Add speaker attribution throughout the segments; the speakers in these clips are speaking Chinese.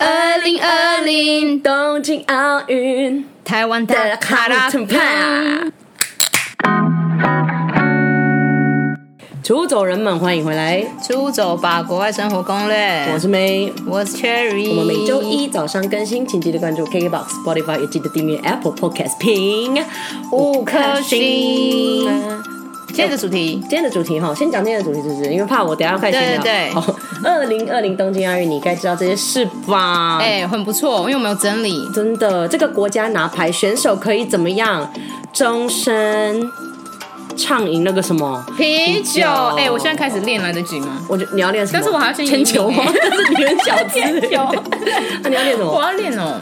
Speaker 1: 零二零
Speaker 2: 东京奥运
Speaker 1: 台湾
Speaker 2: 的
Speaker 1: 的
Speaker 2: 卡
Speaker 1: 卡
Speaker 2: 拉
Speaker 1: 拉
Speaker 2: 图
Speaker 1: 图
Speaker 2: 帕
Speaker 1: 帕。。
Speaker 2: 出走人们，欢迎回来，
Speaker 1: 出走吧，国外生活攻略。
Speaker 2: 我是 May。
Speaker 1: 我是 Cherry，
Speaker 2: 我们每周一早上更新，请记得关注 KKBOX、Spotify，也记得订阅 Apple Podcast 评。
Speaker 1: 五颗星。今天的主题
Speaker 2: 今天的主题哈，先讲今天的主题，是不是？因为怕我等一下快闲聊。
Speaker 1: 对对对
Speaker 2: 哦，二零二零东京奥运，你该知道这些事吧？
Speaker 1: 哎、很不错，因为我们有整理，
Speaker 2: 真的，这个国家拿牌，选手可以怎么样？终身畅饮那个什么？
Speaker 1: 啤
Speaker 2: 酒
Speaker 1: 酒，哎、我现在开始练来得及 吗？
Speaker 2: 我就你要练什么？
Speaker 1: 但是我还要先移民
Speaker 2: 铅球 吗？
Speaker 1: 欸
Speaker 2: 但是你很小资。
Speaker 1: 铅 球
Speaker 2: 啊那你要练什
Speaker 1: 我
Speaker 2: 么？
Speaker 1: 要练哦、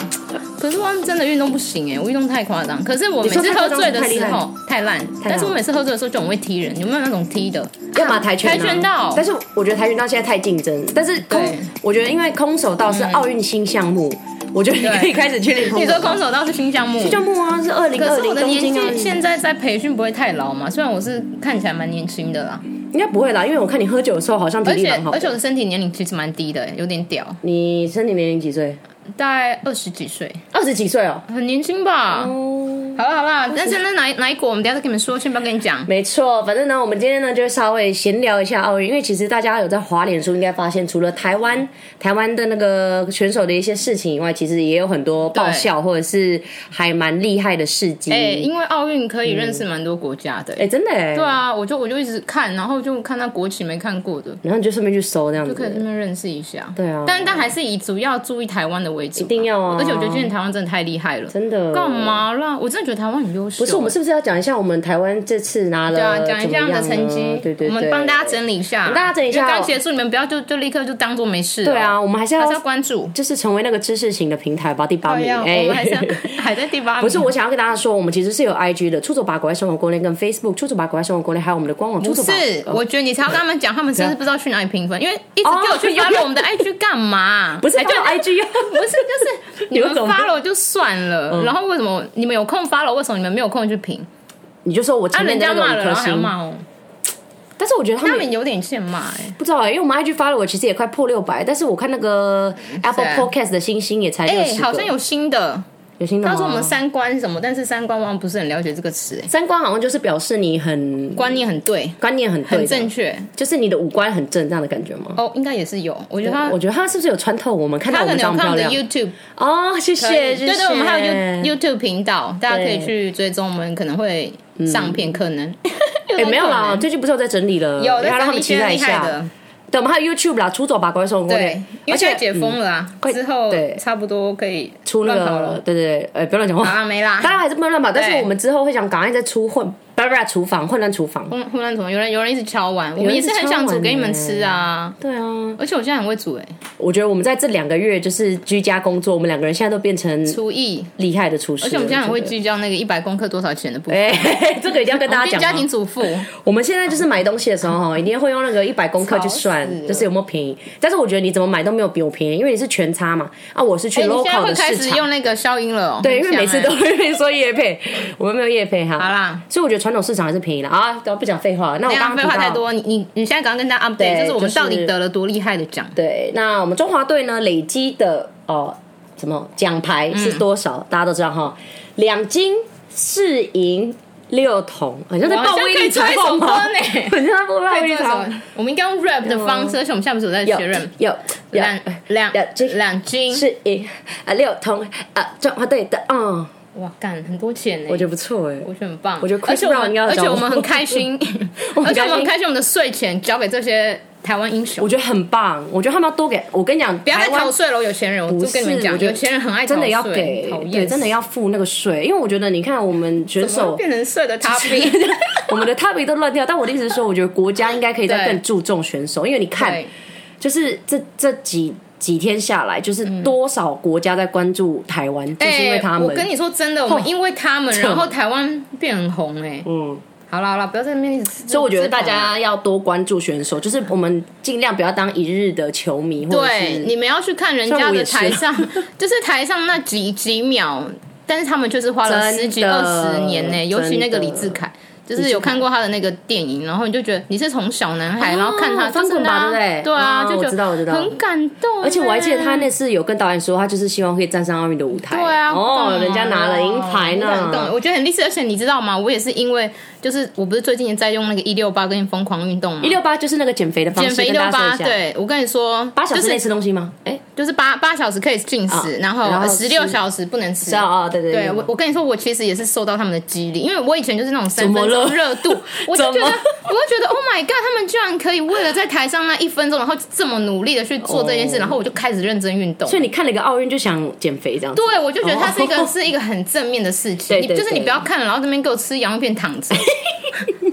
Speaker 1: 可是我真的运动不行哎、我运动太夸张。可是我每
Speaker 2: 你
Speaker 1: 次
Speaker 2: 说
Speaker 1: 喝
Speaker 2: 他
Speaker 1: 醉的时
Speaker 2: 运
Speaker 1: 候
Speaker 2: 动
Speaker 1: 太烂，
Speaker 2: 太烂哦
Speaker 1: 但是我每次喝醉的时候就很会踢人，有没有那种踢的？
Speaker 2: 要么跆拳
Speaker 1: 跆拳道
Speaker 2: 但是我觉得跆拳道现在太竞争。但是空
Speaker 1: 对，嗯
Speaker 2: 我觉得因为空手道是奥运新项目，我觉得你
Speaker 1: 对
Speaker 2: 可以开始去练空
Speaker 1: 你
Speaker 2: 手
Speaker 1: 说
Speaker 2: 道。
Speaker 1: 空手道是新项目？
Speaker 2: 这项目啊，是二零
Speaker 1: 哎可
Speaker 2: 二
Speaker 1: 是我
Speaker 2: 零
Speaker 1: 的
Speaker 2: 东
Speaker 1: 年
Speaker 2: 京奥
Speaker 1: 纪
Speaker 2: 运，
Speaker 1: 现在在培训不会太老嘛？虽然我是看起来蛮年轻的啦，
Speaker 2: 应该不会啦，因为我看你喝酒的时候好像体
Speaker 1: 而
Speaker 2: 力
Speaker 1: 且
Speaker 2: 蛮好
Speaker 1: 而。且我的身体年龄其实蛮低的、欸有点屌，
Speaker 2: 你身体年龄几岁？
Speaker 1: 大概二十几岁，
Speaker 2: 二十几岁哦。
Speaker 1: 很年轻吧？
Speaker 2: 哦。
Speaker 1: 好了好了，但是那哪一哪一国我们等一下再跟你们说，先不要跟你讲。
Speaker 2: 没错，反正呢，我们今天呢就稍微闲聊一下奥运，因为其实大家有在滑脸书，应该发现除了台湾台湾的那个选手的一些事情以外，其实也有很多爆笑或者是还蛮厉害的事迹。
Speaker 1: 哎、
Speaker 2: 哎、
Speaker 1: 因为奥运可以认识蛮多国家的、
Speaker 2: 真的哎、
Speaker 1: 对啊，我就我就一直看，然后就看到国旗没看过的，
Speaker 2: 然后你就顺便去搜这样
Speaker 1: 就可以
Speaker 2: 子，
Speaker 1: 顺便认识一下。
Speaker 2: 对啊
Speaker 1: 但但还是以主要注意台湾的为主，
Speaker 2: 一定要啊！
Speaker 1: 而且我觉得今天台湾真的太厉害了，
Speaker 2: 真的
Speaker 1: 干？嘛啦？我真的觉得台湾很优秀、
Speaker 2: 不是我们是不是要讲一下我们台湾这次拿了
Speaker 1: 对啊，讲一下我
Speaker 2: 呃怎
Speaker 1: 们的
Speaker 2: 么样
Speaker 1: 成
Speaker 2: 呢
Speaker 1: 绩，
Speaker 2: 对对对，
Speaker 1: 我们帮大家整理一下，
Speaker 2: 大家整理一下哦
Speaker 1: 因为刚结束，你们不要就就立刻就当做没事、哦
Speaker 2: 对，啊，我们还是
Speaker 1: 还
Speaker 2: 要
Speaker 1: 是要关注。
Speaker 2: 就是成为那个知识型的平台吧，第八名哎。
Speaker 1: 我们还 是要还在第八名，
Speaker 2: 不是，我想要跟大家说，我们其实是有 IG 的，出走吧国外生活攻略跟 Facebook 出走吧国外生活攻略，还有我们的官网出走吧。
Speaker 1: 是，我觉得你才要跟他们讲，他们是不是不知道去哪里评分？因为一直
Speaker 2: 哦
Speaker 1: 给我去 follow 我们的 IG 干嘛？
Speaker 2: 不是
Speaker 1: 哎对
Speaker 2: 就 IG 啊？
Speaker 1: 不是，就是你
Speaker 2: 你
Speaker 1: 们
Speaker 2: 们怎么
Speaker 1: follow 就算了，
Speaker 2: 嗯
Speaker 1: 然后为什么你们有空 follow，为什么你们没有空去评？
Speaker 2: 你就说我
Speaker 1: 啊，
Speaker 2: 前
Speaker 1: 人
Speaker 2: 面的
Speaker 1: 家
Speaker 2: 那
Speaker 1: 骂
Speaker 2: 个
Speaker 1: 了，
Speaker 2: 五颗
Speaker 1: 然后还要
Speaker 2: 星，
Speaker 1: 骂哦，
Speaker 2: 但是我觉得他
Speaker 1: 他
Speaker 2: 们
Speaker 1: 们有点欠骂哎。
Speaker 2: 不知道哎、因为我们 IG follow 我其实也快破六百，但是我看那个 Apple
Speaker 1: 啊
Speaker 2: Podcast 的星星也才六
Speaker 1: 哎，
Speaker 2: 十个，
Speaker 1: 好像有新的，
Speaker 2: 有新的吗？
Speaker 1: 他说我们三观什么，但是三观我好像不是很了解这个词，哎，
Speaker 2: 三观好像就是表示你很
Speaker 1: 观念很对，
Speaker 2: 观念很对
Speaker 1: 很
Speaker 2: 的，
Speaker 1: 正确
Speaker 2: 就是你的五官很正这样的感觉吗？
Speaker 1: 哦，应该也是有，我觉得他
Speaker 2: 我觉得他是不是有穿透我们，看到
Speaker 1: 他
Speaker 2: 我
Speaker 1: 可
Speaker 2: 们
Speaker 1: 能
Speaker 2: 长
Speaker 1: 有看我们
Speaker 2: 得漂
Speaker 1: 的 YouTube。
Speaker 2: 亮哦，谢
Speaker 1: 可
Speaker 2: 谢，
Speaker 1: 以
Speaker 2: 谢
Speaker 1: 对对，我们还有
Speaker 2: 谢
Speaker 1: You YouTube 频道，大家可以
Speaker 2: 对
Speaker 1: 去追踪，我们可能会上片，可能
Speaker 2: 嗯 哎、没有
Speaker 1: 啦
Speaker 2: 啦，，最近不是有在整理了，
Speaker 1: 有
Speaker 2: 要
Speaker 1: 在
Speaker 2: 让他
Speaker 1: 整理
Speaker 2: 们期
Speaker 1: 些
Speaker 2: 待一
Speaker 1: 厉害
Speaker 2: 下。
Speaker 1: 的，
Speaker 2: 对，我们还有 YouTube 啦，出走吧，国外生活攻略
Speaker 1: 对，，因
Speaker 2: 而
Speaker 1: 为现
Speaker 2: 且嗯
Speaker 1: 在解封了啊，之后
Speaker 2: 对
Speaker 1: 差不多可以
Speaker 2: 出那
Speaker 1: 乱跑
Speaker 2: 个
Speaker 1: 了，
Speaker 2: 对对对，呃，不要乱讲话，
Speaker 1: 啊，没啦
Speaker 2: 当，然还是不能乱跑，但是
Speaker 1: 对
Speaker 2: 我们之后会想赶快再出混，不不不，厨房混乱厨房，
Speaker 1: 混混乱什么？有人有人一直敲碗，我们
Speaker 2: 人
Speaker 1: 也是很想煮给你们吃啊，
Speaker 2: 对啊，
Speaker 1: 而且我现在很会煮哎，
Speaker 2: 我觉得我们在这两个月就是居家工作，我们两个人现在都变成
Speaker 1: 厨艺，
Speaker 2: 厉害的厨师了，
Speaker 1: 而且我们现在很会
Speaker 2: 觉得。
Speaker 1: 聚焦那个一百公克多少钱的部分，
Speaker 2: 哎、 这个一定要跟大
Speaker 1: 我
Speaker 2: 家
Speaker 1: 变
Speaker 2: 讲。啊
Speaker 1: 家庭，主 妇，
Speaker 2: 我们现在就是买东西的时候 哈，一定会用那个一百公克去算
Speaker 1: 吵死，了
Speaker 2: 就是有没有便宜。但是我觉得你怎么买都没有比我便宜，因为你是全差嘛。啊，我是去
Speaker 1: 哎你现在
Speaker 2: local
Speaker 1: 会
Speaker 2: 的
Speaker 1: 开
Speaker 2: 市
Speaker 1: 始
Speaker 2: 场。
Speaker 1: 用那个消音了哦，
Speaker 2: 对，
Speaker 1: 很
Speaker 2: 因为每
Speaker 1: 香
Speaker 2: 次
Speaker 1: 哎
Speaker 2: 都会被说叶配，我们没有叶配哈。
Speaker 1: 好啦。
Speaker 2: 所以我觉得传统市场还是便宜了啊！不要不讲废话了，那我
Speaker 1: 那
Speaker 2: 刚
Speaker 1: 样废
Speaker 2: 刚
Speaker 1: 话
Speaker 2: 提到
Speaker 1: 太。多，你你你现在赶快跟大家 update，
Speaker 2: 对
Speaker 1: 就是我们
Speaker 2: 就是
Speaker 1: 到底得了多厉害的奖。
Speaker 2: 对，那我们中华队呢，累积的哦什么奖牌
Speaker 1: 嗯
Speaker 2: 是多少？大家都知道哈，两金四银六铜，好像在
Speaker 1: 哇
Speaker 2: 报
Speaker 1: 好像
Speaker 2: 威
Speaker 1: 可以
Speaker 2: 力
Speaker 1: 唱一首歌呢
Speaker 2: 好像在报威力场。
Speaker 1: 我们应该用 rap 的方式，而且我们现在不是有在
Speaker 2: 有
Speaker 1: 学 rap。
Speaker 2: 有有
Speaker 1: 两两
Speaker 2: 两金
Speaker 1: 两金，
Speaker 2: 是银啊六铜啊中华队的嗯，
Speaker 1: 哇，干很多钱呢！
Speaker 2: 我
Speaker 1: 我
Speaker 2: 觉得不错哎，
Speaker 1: 觉得很棒，
Speaker 2: 我觉得 Chris
Speaker 1: 而且我
Speaker 2: Brown
Speaker 1: 们
Speaker 2: 应该要
Speaker 1: 而
Speaker 2: 找
Speaker 1: 且
Speaker 2: 我
Speaker 1: 我们很开 心，
Speaker 2: 我们
Speaker 1: 而且我
Speaker 2: 开
Speaker 1: 们很
Speaker 2: 心
Speaker 1: 开心，我们的税钱交给这些台湾英雄
Speaker 2: 我。觉得很棒，我觉得他们要多给我跟你讲，
Speaker 1: 不要再
Speaker 2: 台湾
Speaker 1: 逃税了，有钱人，我
Speaker 2: 不
Speaker 1: 就是跟你们
Speaker 2: 我
Speaker 1: 讲，
Speaker 2: 觉得
Speaker 1: 有钱人很爱逃
Speaker 2: 真的
Speaker 1: 税
Speaker 2: 要给
Speaker 1: 讨，厌
Speaker 2: 对，真的要付那个税，因为我觉得你看我们选
Speaker 1: 怎么
Speaker 2: 手，
Speaker 1: 变成税的 topic。
Speaker 2: 我们的 topic 都乱掉，但我的意思是说，我觉得国家应该可以再
Speaker 1: 对
Speaker 2: 更注重选手，因为你看
Speaker 1: 对，
Speaker 2: 就是这这几几天下来，就是多少国家在关注台湾，就是因为
Speaker 1: 嗯哎
Speaker 2: 他
Speaker 1: 我跟
Speaker 2: 们，哦
Speaker 1: 你说真的，我们因为他们，
Speaker 2: 这
Speaker 1: 然后台湾变很红哎。
Speaker 2: 嗯，
Speaker 1: 好啦好啦，不要在那边一直。
Speaker 2: 所以我觉得大
Speaker 1: 自捧啊。
Speaker 2: 家要多关注选手，就是我们尽量不要当一日的球迷，或者
Speaker 1: 对，
Speaker 2: 是
Speaker 1: 你们要去看人家
Speaker 2: 像我
Speaker 1: 的
Speaker 2: 也是
Speaker 1: 台上，就是台上那几几秒，但是他们就是花了
Speaker 2: 真的
Speaker 1: 十几二十年呢、
Speaker 2: 真的
Speaker 1: 尤其那个李志凯，就是有看过他的那个电影，然后你就觉得你是从小男孩，然后看他
Speaker 2: 翻滚
Speaker 1: 就
Speaker 2: 啊吧
Speaker 1: 是
Speaker 2: 对不对
Speaker 1: 对啊，
Speaker 2: 哦
Speaker 1: 就觉得
Speaker 2: 我知道我知道
Speaker 1: 很感动。
Speaker 2: 而且我还记得他
Speaker 1: 哎
Speaker 2: 那次有跟导演说，他就是希望可以站上奥运的舞台。
Speaker 1: 对啊，不
Speaker 2: 哦
Speaker 1: 懂，
Speaker 2: 人家拿了银牌
Speaker 1: 很感动
Speaker 2: 呢。
Speaker 1: 我觉得很励志。而且你知道吗？我也是因为就是我不是最近在用那个一六八跟疯狂运动嘛
Speaker 2: 一，六八就是那个减肥的方
Speaker 1: 减
Speaker 2: 式，
Speaker 1: 肥一
Speaker 2: 跟
Speaker 1: 六
Speaker 2: 大家说
Speaker 1: 八，
Speaker 2: 一下，
Speaker 1: 对我跟你说，
Speaker 2: 八小
Speaker 1: 就
Speaker 2: 时内
Speaker 1: 是
Speaker 2: 吃东西吗？哎，
Speaker 1: 就是八八小时可以进
Speaker 2: 啊
Speaker 1: 食，然
Speaker 2: 然
Speaker 1: 后
Speaker 2: 后
Speaker 1: 十六
Speaker 2: 吃
Speaker 1: 小时不能吃
Speaker 2: 是。啊，哦对对
Speaker 1: 对我，我跟你说，我其实也是受到他们的激励，因为我以前就是那种三
Speaker 2: 么
Speaker 1: 分
Speaker 2: 了
Speaker 1: 钟热 度，我就觉得，
Speaker 2: 怎么
Speaker 1: 我就觉得，Oh my god，他们居然可以为了在台上那一分钟，然后这么努力的去做这件事，
Speaker 2: 哦
Speaker 1: 然后我就开始认真运动。
Speaker 2: 所以你看了一个奥运就想减肥这样子。
Speaker 1: 对，我就觉得它是一个、
Speaker 2: 哦
Speaker 1: 是一个很正面的事情，
Speaker 2: 对对
Speaker 1: 你就是你
Speaker 2: 对
Speaker 1: 不要看了，然后这边给我吃洋芋片躺 着。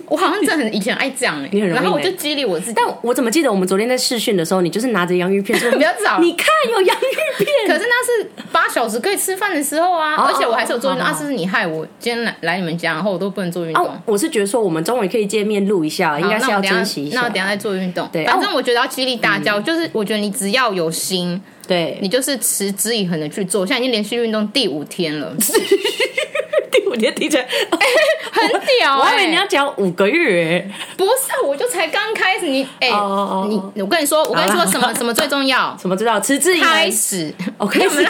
Speaker 1: 我好像真的很以前爱这样哎、
Speaker 2: 你很容易
Speaker 1: 然后我
Speaker 2: 呢
Speaker 1: 就激励我自己。
Speaker 2: 但我怎么记得我们昨天在试训的时候，你就是拿着洋芋片说
Speaker 1: 不要找
Speaker 2: 你看有洋芋片，
Speaker 1: 可是那是八小时可以吃饭的时候啊，
Speaker 2: 哦
Speaker 1: 而且我还是有做运动。
Speaker 2: 哦哦
Speaker 1: 啊，是不是你害我今天来来你们家，然后我都不能做运动。
Speaker 2: 哦，我是觉得说我们终于可以见面录一下，应该是
Speaker 1: 好那
Speaker 2: 要
Speaker 1: 我等下哦
Speaker 2: 珍惜一
Speaker 1: 那我
Speaker 2: 下
Speaker 1: 等。下再做运动。
Speaker 2: 对
Speaker 1: 反正我觉得要激励大家，就是我觉得你只要有心，
Speaker 2: 对，
Speaker 1: 你就是持之以恒的去做。我现在已经连续运动第五天 了，
Speaker 2: 第五天听起来，
Speaker 1: 很屌、欸！
Speaker 2: 我还以为你要讲五个月欸，
Speaker 1: 不是，啊我就才刚开始。你哎、
Speaker 2: 哦哦哦哦
Speaker 1: 你我跟你说，我跟你说
Speaker 2: 好啦
Speaker 1: 什么什么最重 要？
Speaker 2: 什么知道？持之以恒。
Speaker 1: 开始，
Speaker 2: 哦，开始，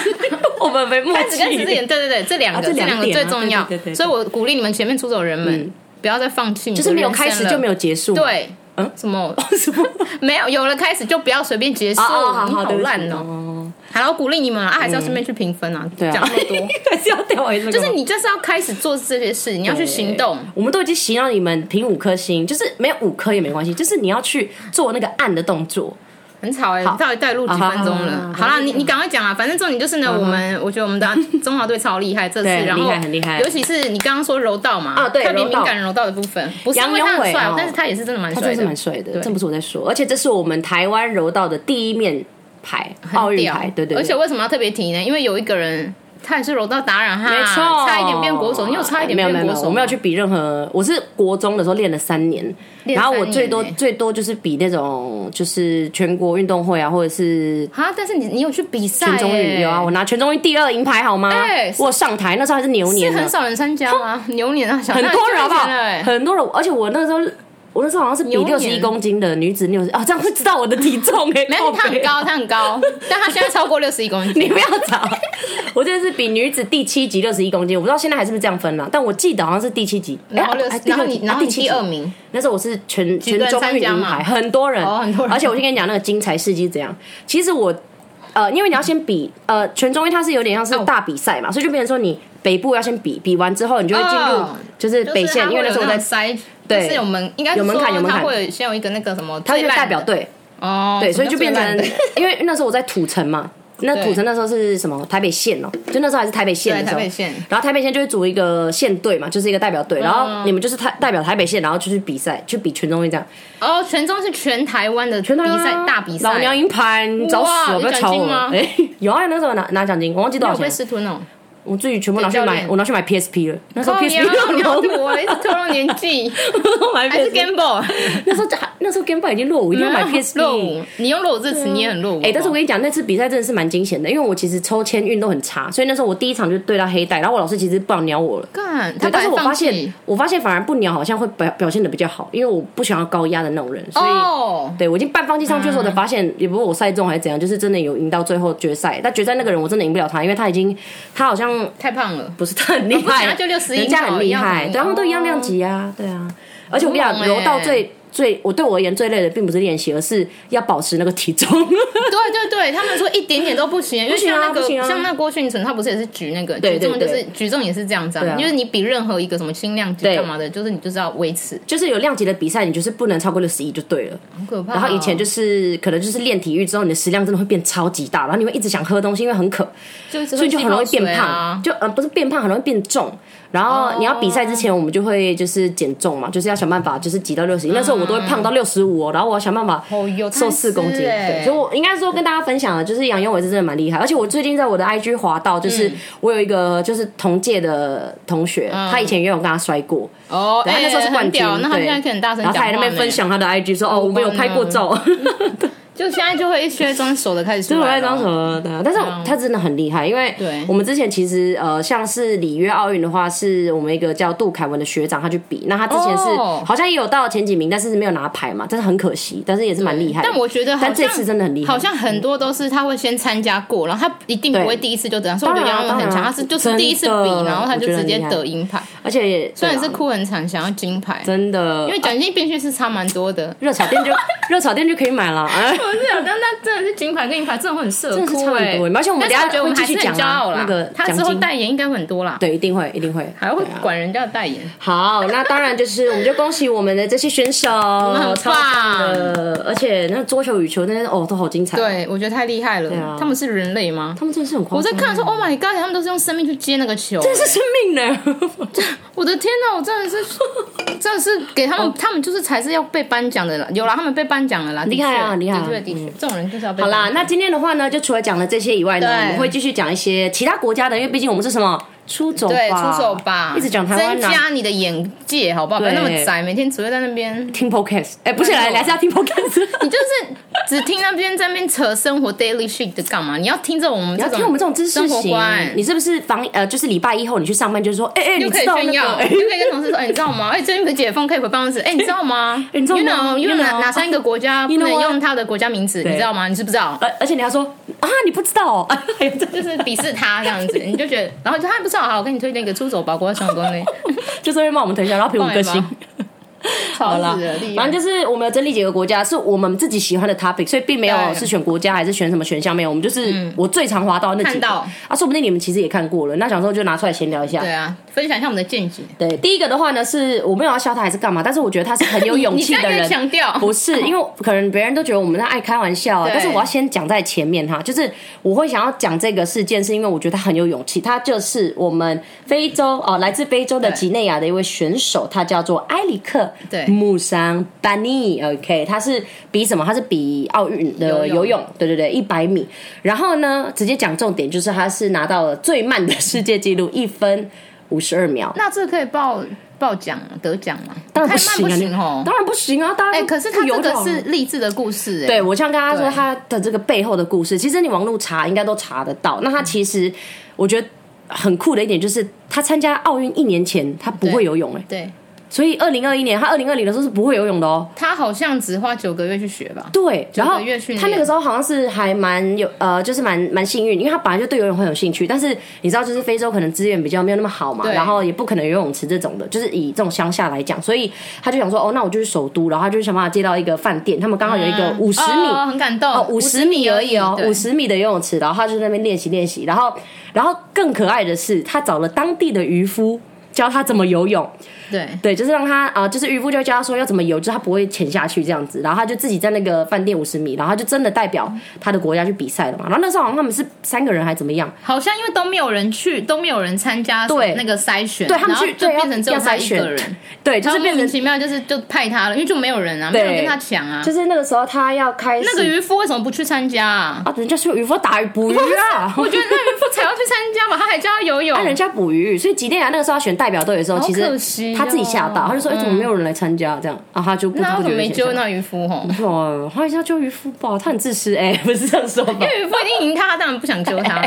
Speaker 2: 我们没 默
Speaker 1: 开始
Speaker 2: 契。
Speaker 1: 跟持之以恒，对对对，这两个、
Speaker 2: 啊这两
Speaker 1: 两个
Speaker 2: 点啊
Speaker 1: 最重要。
Speaker 2: 对对对对
Speaker 1: 所以我鼓励你们前面出走人们、不要再放弃，
Speaker 2: 就是没有开始就没
Speaker 1: 有
Speaker 2: 有结束。，
Speaker 1: 对。
Speaker 2: 嗯
Speaker 1: 什 么？
Speaker 2: 什么？
Speaker 1: 没有，有了开始就不要随便结束。
Speaker 2: 哦哦，好
Speaker 1: 你
Speaker 2: 好，
Speaker 1: 好
Speaker 2: 对不起
Speaker 1: 烂哦、
Speaker 2: 哦。嗯
Speaker 1: 好了，我鼓励你们啊，啊还是要顺便去评分啊，
Speaker 2: 对
Speaker 1: 讲、
Speaker 2: 啊，
Speaker 1: 那么多，
Speaker 2: 还是要掉回这个。
Speaker 1: 就是你就是要开始做这些事，你要啊去行动。
Speaker 2: 我们都已经洗脑你们评五颗星，就是没有五颗也没关系，就是你要去做那个按的动作。
Speaker 1: 很吵哎、到底带入几分钟
Speaker 2: 啊好好好
Speaker 1: 了？
Speaker 2: 好嗯
Speaker 1: 好啦，你你赶快讲啊！反正重点就是呢，我们我觉得我们 的中华队超厉害，这次
Speaker 2: 对很
Speaker 1: 然后
Speaker 2: 厉害很厉害
Speaker 1: 尤其是你刚刚说柔道嘛，
Speaker 2: 啊对
Speaker 1: 特别
Speaker 2: 柔道
Speaker 1: 敏感柔道的部分，不是因为
Speaker 2: 杨
Speaker 1: 他
Speaker 2: 永伟
Speaker 1: 很帅
Speaker 2: 哦，
Speaker 1: 但是他也是真的蛮
Speaker 2: 他
Speaker 1: 帅的，
Speaker 2: 真的是蛮帅的，
Speaker 1: 对
Speaker 2: 这不是我在说，而且这是我们台湾柔道的第一面牌，奥运
Speaker 1: 屌
Speaker 2: 牌，对对对。
Speaker 1: 而且为什么要特别提呢？因为有一个人他也是柔道达人哈，
Speaker 2: 没错，
Speaker 1: 啊差一点变国手，你有差一点
Speaker 2: 没有没
Speaker 1: 变
Speaker 2: 有
Speaker 1: 国
Speaker 2: 没有，
Speaker 1: 手吗？
Speaker 2: 我没有去比任何，我是国中的时候练了三年，
Speaker 1: 练
Speaker 2: 然后我
Speaker 1: 三年
Speaker 2: 最多
Speaker 1: 欸
Speaker 2: 最多就是比那种就是全国运动会啊，或者是
Speaker 1: 啊，但是你你有去比赛、
Speaker 2: 全
Speaker 1: 欸？
Speaker 2: 中运有啊，我拿全中运第二银牌好吗？
Speaker 1: 哎
Speaker 2: 我有上台那时候还是牛
Speaker 1: 是
Speaker 2: 年
Speaker 1: 很
Speaker 2: 呢，
Speaker 1: 少人参加 吗？牛年啊，小
Speaker 2: 很多人好不
Speaker 1: 那
Speaker 2: 好
Speaker 1: 就没钱了欸？
Speaker 2: 很多人，而且我那时候。我那时候好像是比
Speaker 1: 牛
Speaker 2: 六
Speaker 1: 年
Speaker 2: 十一公斤的女子六十啊，这样会知道我的体重哎、欸，
Speaker 1: 没有，他很
Speaker 2: 靠
Speaker 1: 高，他很高，但他现在超过六十一公斤。
Speaker 2: 背，你不要找，我这是比女子第七级六十一公斤，我不知道现在还是不是这样分了，但我记得好像是第七级，
Speaker 1: 然后
Speaker 2: 哎
Speaker 1: 六
Speaker 2: 还
Speaker 1: 十，
Speaker 2: 第
Speaker 1: 然后
Speaker 2: 六级
Speaker 1: 你，然后
Speaker 2: 啊
Speaker 1: 你
Speaker 2: 第七
Speaker 1: 第
Speaker 2: 级
Speaker 1: 二名，
Speaker 2: 那时候我是全全
Speaker 1: 个人
Speaker 2: 中运
Speaker 1: 参加
Speaker 2: 银
Speaker 1: 嘛
Speaker 2: 牌，很多人，
Speaker 1: 哦很多人
Speaker 2: 而且我先跟你讲那个精彩事迹怎样。其实我呃，因为你要先比呃，全中运它是有点像
Speaker 1: 哦
Speaker 2: 是大比赛嘛，所以就变成说你北部要先比，比完之后你就会进入
Speaker 1: 哦
Speaker 2: 就是北线，因为那时候我在
Speaker 1: 筛，
Speaker 2: 对
Speaker 1: 就是有门，应该
Speaker 2: 有门槛
Speaker 1: 说
Speaker 2: 有门槛
Speaker 1: 他会有先有一个那个什么，
Speaker 2: 它
Speaker 1: 他
Speaker 2: 就代表队，
Speaker 1: 哦，
Speaker 2: 对，
Speaker 1: 什
Speaker 2: 所
Speaker 1: 么
Speaker 2: 以
Speaker 1: 叫
Speaker 2: 就变
Speaker 1: 最烂
Speaker 2: 成
Speaker 1: 的
Speaker 2: 因为那时候我在土城嘛。那
Speaker 1: 对
Speaker 2: 土城那时候是什么？台北县哦、就那时候还是台北县的
Speaker 1: 对
Speaker 2: 时候，
Speaker 1: 台北县
Speaker 2: 然后台北县就会组一个县队嘛，就是一个代表队，然
Speaker 1: 嗯
Speaker 2: 后你们就是台代表台北县，然后就去比赛，去比全中运这样。
Speaker 1: 哦，全中是全台湾的比赛大比
Speaker 2: 啊老娘
Speaker 1: 赛，
Speaker 2: 银牌，你找死
Speaker 1: 哇
Speaker 2: 哦！不要吵
Speaker 1: 有奖
Speaker 2: 我
Speaker 1: 金吗。
Speaker 2: 哎，有啊，那时候拿拿奖金，我忘记多少
Speaker 1: 我被
Speaker 2: 钱，
Speaker 1: 私吞哦，
Speaker 2: 我自己全部拿去
Speaker 1: 给教
Speaker 2: 买，
Speaker 1: 练
Speaker 2: 我拿去买 PSP 了。那时候
Speaker 1: 靠呀，
Speaker 2: PSP 都
Speaker 1: 你
Speaker 2: 没有
Speaker 1: 要 赌啊，一直透露年纪，
Speaker 2: 买
Speaker 1: 还是
Speaker 2: PSP。
Speaker 1: gamble，
Speaker 2: 那时候还那时候 Game Boy 已经落伍，一定要买 PSP。
Speaker 1: 落伍，你用落伍这词你也很落伍，
Speaker 2: 哎、但是我跟你讲，那次比赛真的是蛮惊险的，因为我其实抽签运都很差，所以那时候我第一场就对到黑带，然后我老师其实不想鸟我了。
Speaker 1: 干，他
Speaker 2: 对，但是
Speaker 1: 本来
Speaker 2: 我发
Speaker 1: 放弃
Speaker 2: 现，我发现反而不鸟好像会表表现的比较好，因为我不想要高压的那种人，所以
Speaker 1: 哦，嗯
Speaker 2: 对，我已经半放弃上去的时候，才发现，也不是我赛中还是怎样，就是真的有赢到最后决赛。但决赛那个人我真的赢不了他，因为他已经他好像
Speaker 1: 太胖了。
Speaker 2: 不是他很厉
Speaker 1: 哦不行
Speaker 2: 害，
Speaker 1: 他就61
Speaker 2: 人家很厉
Speaker 1: 一
Speaker 2: 害，
Speaker 1: 样哦
Speaker 2: 对，他们都一样量级啊，对啊。而且我跟你
Speaker 1: 很
Speaker 2: 讲，
Speaker 1: 猛欸
Speaker 2: 柔道最最我对我而言最累的，并不是练习，而是要保持那个体重。
Speaker 1: 对 对对，他们说一点点都不行，因为
Speaker 2: 行
Speaker 1: 像
Speaker 2: 啊
Speaker 1: 那个、
Speaker 2: 不行啊
Speaker 1: 像那郭训成，他不是也是举那个
Speaker 2: 对
Speaker 1: 举
Speaker 2: 对
Speaker 1: 重，就是
Speaker 2: 对
Speaker 1: 举重也是这样子、啊，
Speaker 2: 对啊
Speaker 1: 就是你比任何一个什么轻量级
Speaker 2: 对
Speaker 1: 干嘛的，就是你就是要维持，
Speaker 2: 就是有量级的比赛，你就是不能超过六十一就对了。
Speaker 1: 很可怕哦、
Speaker 2: 然后以前就是可能就是练体育之后，你的食量真的会变超级大，然后你会一直想喝东西，因为很渴。
Speaker 1: 就
Speaker 2: 所以就很容易变
Speaker 1: 气泡水啊
Speaker 2: 胖，。就呃不是变胖，很容易变重。然后你要比赛之前，我们就会就是减重嘛，就是要想办法就是挤到六十一。那时候我都会胖到六十五，然后我要想办法
Speaker 1: 啊哦有
Speaker 2: 瘦
Speaker 1: 碳
Speaker 2: 四公斤。
Speaker 1: 丝欸
Speaker 2: 对，所以我应该说跟大家分享的，就是杨永伟是真的蛮厉害。而且我最近在我的 IG 滑到，就是
Speaker 1: 嗯
Speaker 2: 我有一个就是同届的同学，他以前也有跟他摔过，
Speaker 1: 哦，
Speaker 2: 对他那时候是
Speaker 1: 哎
Speaker 2: 冠军，
Speaker 1: 很屌，那他
Speaker 2: 对
Speaker 1: 现在可以很大声
Speaker 2: 然
Speaker 1: 讲话
Speaker 2: 后他还在那边
Speaker 1: 呢
Speaker 2: 分，享他的 IG 说哦，我们有拍过照。
Speaker 1: 就就现在就会一些装熟的开始出
Speaker 2: 对， 我
Speaker 1: 来了，
Speaker 2: 在装什么？对啊，但是我他真的很厉害，因为
Speaker 1: 对
Speaker 2: 我们之前其实呃，像是里约奥运的话，是我们一个叫杜凯文的学长他去比，那他之前是、
Speaker 1: 哦
Speaker 2: 好像也有到前几名，但是没有拿牌嘛，但是很可惜，但是也是蛮厉害的。
Speaker 1: 但我觉得好像
Speaker 2: 但这次真的很厉害
Speaker 1: 好像很多都是他会先参加过，然后他一定不会第一次就得奖，所以我觉得
Speaker 2: 当
Speaker 1: 杨
Speaker 2: 然
Speaker 1: 文很强，
Speaker 2: 当然
Speaker 1: 他是就是第一次比
Speaker 2: 真，的
Speaker 1: 然后他就直接
Speaker 2: 我觉得很厉害
Speaker 1: 得银牌，
Speaker 2: 而且也
Speaker 1: 虽然
Speaker 2: 对
Speaker 1: 是
Speaker 2: 啊
Speaker 1: 哭很惨，想要金牌，
Speaker 2: 真的，呃
Speaker 1: 因为奖金必须是差蛮多的。
Speaker 2: 热炒店就 热炒店就可以买了。啊
Speaker 1: 不是，但那真的是金牌跟银牌，真的会很社
Speaker 2: 真的是
Speaker 1: 哭
Speaker 2: 差很
Speaker 1: 哎、
Speaker 2: 多而且我们等一下
Speaker 1: 但是觉得我们还是很
Speaker 2: 会继续
Speaker 1: 骄
Speaker 2: 讲啊
Speaker 1: 傲啦。
Speaker 2: 那个
Speaker 1: 他之
Speaker 2: 奖
Speaker 1: 后
Speaker 2: 金
Speaker 1: 代言应该会很多啦，
Speaker 2: 对，一定会，一定会。
Speaker 1: 还会管人家的代言。
Speaker 2: 好，那当然就是，我们就恭喜我们的这些 选手，
Speaker 1: 们很
Speaker 2: 超棒的！而且那桌球、羽球那些哦，都好精彩。，
Speaker 1: 对，我觉得太厉害了。
Speaker 2: 啊
Speaker 1: 他们是人类吗？
Speaker 2: 他们真的是很夸
Speaker 1: 我在
Speaker 2: 张，
Speaker 1: 看说，Oh my God，他们都是用生命去接那个球。
Speaker 2: 这是生命呢。
Speaker 1: 我的天哪，我真的 是，真的是给他
Speaker 2: 哦
Speaker 1: 们，他们就是才是要被颁奖的啦。有啦，他们被颁奖了啦，
Speaker 2: 厉害
Speaker 1: 的确
Speaker 2: 啊厉害啊
Speaker 1: 的确的确，这种人就是要被
Speaker 2: 好
Speaker 1: 颁奖。
Speaker 2: 啦，那今天的话呢，就除了讲了这些以外呢，
Speaker 1: 对
Speaker 2: 我们会继续讲一些其他国家的，因为毕竟我们是什么出走吧，
Speaker 1: 对，出手吧，
Speaker 2: 一直讲台湾
Speaker 1: 增
Speaker 2: 啊。
Speaker 1: 加你的眼界，好不好？不要那么窄，每天只会在那边，
Speaker 2: 听 podcast，哎、不是
Speaker 1: 哎呦
Speaker 2: 来，来是要听 podcast，
Speaker 1: 你就是只听那边在那边扯生活 daily shit 的干嘛？你要听着我们
Speaker 2: 你
Speaker 1: 这
Speaker 2: 要
Speaker 1: 种
Speaker 2: 听我们这种知识
Speaker 1: 生活
Speaker 2: 型
Speaker 1: 观，，
Speaker 2: 你是不是防呃，就是礼拜一后你去上班就说，哎、哎、
Speaker 1: 又
Speaker 2: 你
Speaker 1: 可以
Speaker 2: 知道那
Speaker 1: 炫耀，
Speaker 2: 个，哎、
Speaker 1: 又可以跟同事说，哎，你知道 吗？哎，最近不是解封，可以回办公室。哎，你知道吗？
Speaker 2: 哎你知道吗
Speaker 1: You know，
Speaker 2: You
Speaker 1: 用
Speaker 2: know
Speaker 1: 哪哪三个国家不
Speaker 2: You know
Speaker 1: 能
Speaker 2: what？
Speaker 1: 用他的国家名字？
Speaker 2: 对
Speaker 1: 你知道吗？你知不知道？
Speaker 2: 而而且你还说啊，你不知道、哦， 哎呀，
Speaker 1: 就是鄙视他这 样子，你就觉得，然后就他不知道，好，我给你推荐一个出走吧，国外成功嘞，
Speaker 2: 就是会骂我们推销，然后评五颗
Speaker 1: 棒
Speaker 2: 星
Speaker 1: 吧。
Speaker 2: 好
Speaker 1: 超
Speaker 2: 啦
Speaker 1: 死了，厉
Speaker 2: 反
Speaker 1: 害
Speaker 2: 正就是我们有整理几个国家，是我们自己喜欢的 topic，所以并没有
Speaker 1: 对嗯
Speaker 2: 是选国家还是选什么选项，没有，我们就是我最常滑到那几
Speaker 1: 看
Speaker 2: 个
Speaker 1: 到
Speaker 2: 啊，说不定你们其实也看过了，那想说就拿出来闲聊一下
Speaker 1: 对。啊，分享一下我们的见解。
Speaker 2: 对，第一个的话呢，是我没有要笑他还是干嘛，但是我觉得他是很有 勇
Speaker 1: 你
Speaker 2: 气
Speaker 1: 现
Speaker 2: 的
Speaker 1: 在越
Speaker 2: 人。
Speaker 1: 强调，
Speaker 2: 不是，因为可能别人都觉得我们在爱开玩笑啊，
Speaker 1: 哦对
Speaker 2: 但是我要先讲在前面哈，就是我会想要讲这个事件，是因为我觉得他很有勇气，他就是我们非洲哦，来自非洲的
Speaker 1: 对
Speaker 2: 几内亚的一位选手，他叫做埃里克
Speaker 1: 对
Speaker 2: 穆桑班尼，OK，他是比什么？他是比奥运的
Speaker 1: 游泳
Speaker 2: 游泳，对对对，一百米。然后呢，直接讲重点，就是他是拿到了最慢的世界纪录，一分五十二秒。
Speaker 1: 那这可以报报奖吗得奖吗？
Speaker 2: 当然
Speaker 1: 太
Speaker 2: 不
Speaker 1: 慢
Speaker 2: 行
Speaker 1: 不
Speaker 2: 啊，
Speaker 1: 行哦
Speaker 2: 你。当然不行啊，当然
Speaker 1: 哎，
Speaker 2: 不
Speaker 1: 可是他这
Speaker 2: 不游
Speaker 1: 个
Speaker 2: 泳
Speaker 1: 是励志的故事，哎，
Speaker 2: 对，我像刚刚说
Speaker 1: 对
Speaker 2: 他的这个背后的故事，其实你网络查应该都查得到。那他其实，我觉得很酷的一点就是，他参加奥运一年前他不会游泳哎、
Speaker 1: 对，
Speaker 2: 所以二零二一年他二零二零的时候是不会游泳的哦。
Speaker 1: 他好像只花九个月去学吧。
Speaker 2: 对，然后
Speaker 1: 九个月训练
Speaker 2: 他那个时候好像是还蛮有呃，就是蛮蛮幸运，因为他本来就对游泳很有兴趣，但是你知道，就是非洲可能资源比较没有那么好嘛，
Speaker 1: 对
Speaker 2: 然后也不可能有游泳池这种的，就是以这种乡下来讲，所以他就想说，哦，那我就去首都，然后他就想办法接到一个饭店，他们刚好有一个五十米。
Speaker 1: 哦很感动
Speaker 2: 哦，五十米而已哦，
Speaker 1: 对
Speaker 2: 五十米的游泳池，然后他就在那边练习练习，然后，然后更可爱的是，他找了当地的渔夫教他怎么游泳，
Speaker 1: 对，
Speaker 2: 对，就是让他啊、呃就是渔夫就教他说要怎么游，就是他不会潜下去这样子，然后他就自己在那个饭店五十米，然后他就真的代表他的国家去比赛了嘛，然后那时候好像他们是三个人还怎么样，
Speaker 1: 好像因为都没有人去，都没有人参加
Speaker 2: 对
Speaker 1: 那个筛选，
Speaker 2: 对他们
Speaker 1: 然后
Speaker 2: 去
Speaker 1: 就
Speaker 2: 对要
Speaker 1: 变成只有
Speaker 2: 要
Speaker 1: 他
Speaker 2: 筛
Speaker 1: 一
Speaker 2: 选
Speaker 1: 个人，
Speaker 2: 对，就
Speaker 1: 然后
Speaker 2: 是
Speaker 1: 莫
Speaker 2: 变
Speaker 1: 名
Speaker 2: 成
Speaker 1: 其妙就是就派他了，因为就没有人啊，没
Speaker 2: 对
Speaker 1: 有人跟他抢啊
Speaker 2: 就。是那个时候他要开始
Speaker 1: 那个渔夫为什么不去参加啊？
Speaker 2: 啊，人家说渔夫打鱼捕鱼 啊，
Speaker 1: 我觉得那渔夫才要去参加吧，他还教他游 泳
Speaker 2: 啊，。人家捕鱼，所以吉内亚那个时候要选代表队的时候，
Speaker 1: 哦好
Speaker 2: 其
Speaker 1: 可惜哦
Speaker 2: 实他自己吓到，他就说：“哎，怎么没有人来参加？”这样，啊，他就不知
Speaker 1: 那
Speaker 2: 不
Speaker 1: 为什
Speaker 2: 觉
Speaker 1: 么
Speaker 2: 地
Speaker 1: 没
Speaker 2: 选
Speaker 1: 救
Speaker 2: 上
Speaker 1: 那渔夫吼？
Speaker 2: 不哦，他一下救渔夫吧，他很自私哎， 不是这样说吧
Speaker 1: 因？为渔夫一定赢他，他当然不想救 他，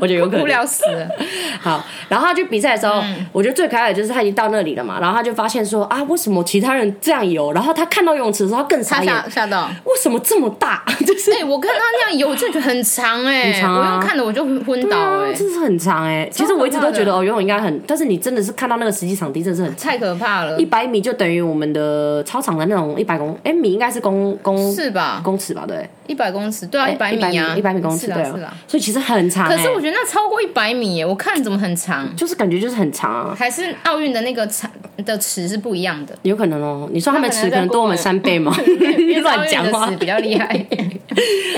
Speaker 2: 我觉得有可
Speaker 1: 无
Speaker 2: 能。
Speaker 1: 聊死了。嗯
Speaker 2: 好，然后他去比赛的时候，我觉得最可爱的就是他已经到那里了嘛，然后他就发现说啊，为什么其他人这样游？然后他看到游泳池的时候，他更傻
Speaker 1: 他
Speaker 2: 眼，
Speaker 1: 吓吓到。
Speaker 2: 为什么这么大？ 就是
Speaker 1: 哎、我看他那样游，我真的觉得很长哎、
Speaker 2: 很长啊
Speaker 1: 我用看的我就昏
Speaker 2: 对
Speaker 1: 倒
Speaker 2: 啊
Speaker 1: 哎、，
Speaker 2: 真是很长哎、其实我一直都觉得哦，游泳应该很，但是你真的是看到那个实际场地，真的是很
Speaker 1: 太可怕了
Speaker 2: 一，百米就等于我们的操场的那种一百公，哎、米应该是公公
Speaker 1: 是吧？
Speaker 2: 公尺吧？对，
Speaker 1: 一百公尺，对啊，一百
Speaker 2: 100
Speaker 1: 米啊，
Speaker 2: 哎一百米公尺，
Speaker 1: 是
Speaker 2: 对
Speaker 1: 啊，是啊。，
Speaker 2: 啊所以其实很长、欸，
Speaker 1: 可是我觉得那超过一百米欸耶，我看怎么很长，
Speaker 2: 就是感觉就是很长啊，。
Speaker 1: 还是奥运的那个长的尺是不一样的
Speaker 2: 有可能哦、你说他们
Speaker 1: 他可能
Speaker 2: 尺可
Speaker 1: 在
Speaker 2: 能多我们
Speaker 1: 过
Speaker 2: 三 倍吗？ 乱讲
Speaker 1: 奥运
Speaker 2: 话
Speaker 1: 的尺。比较厉 害，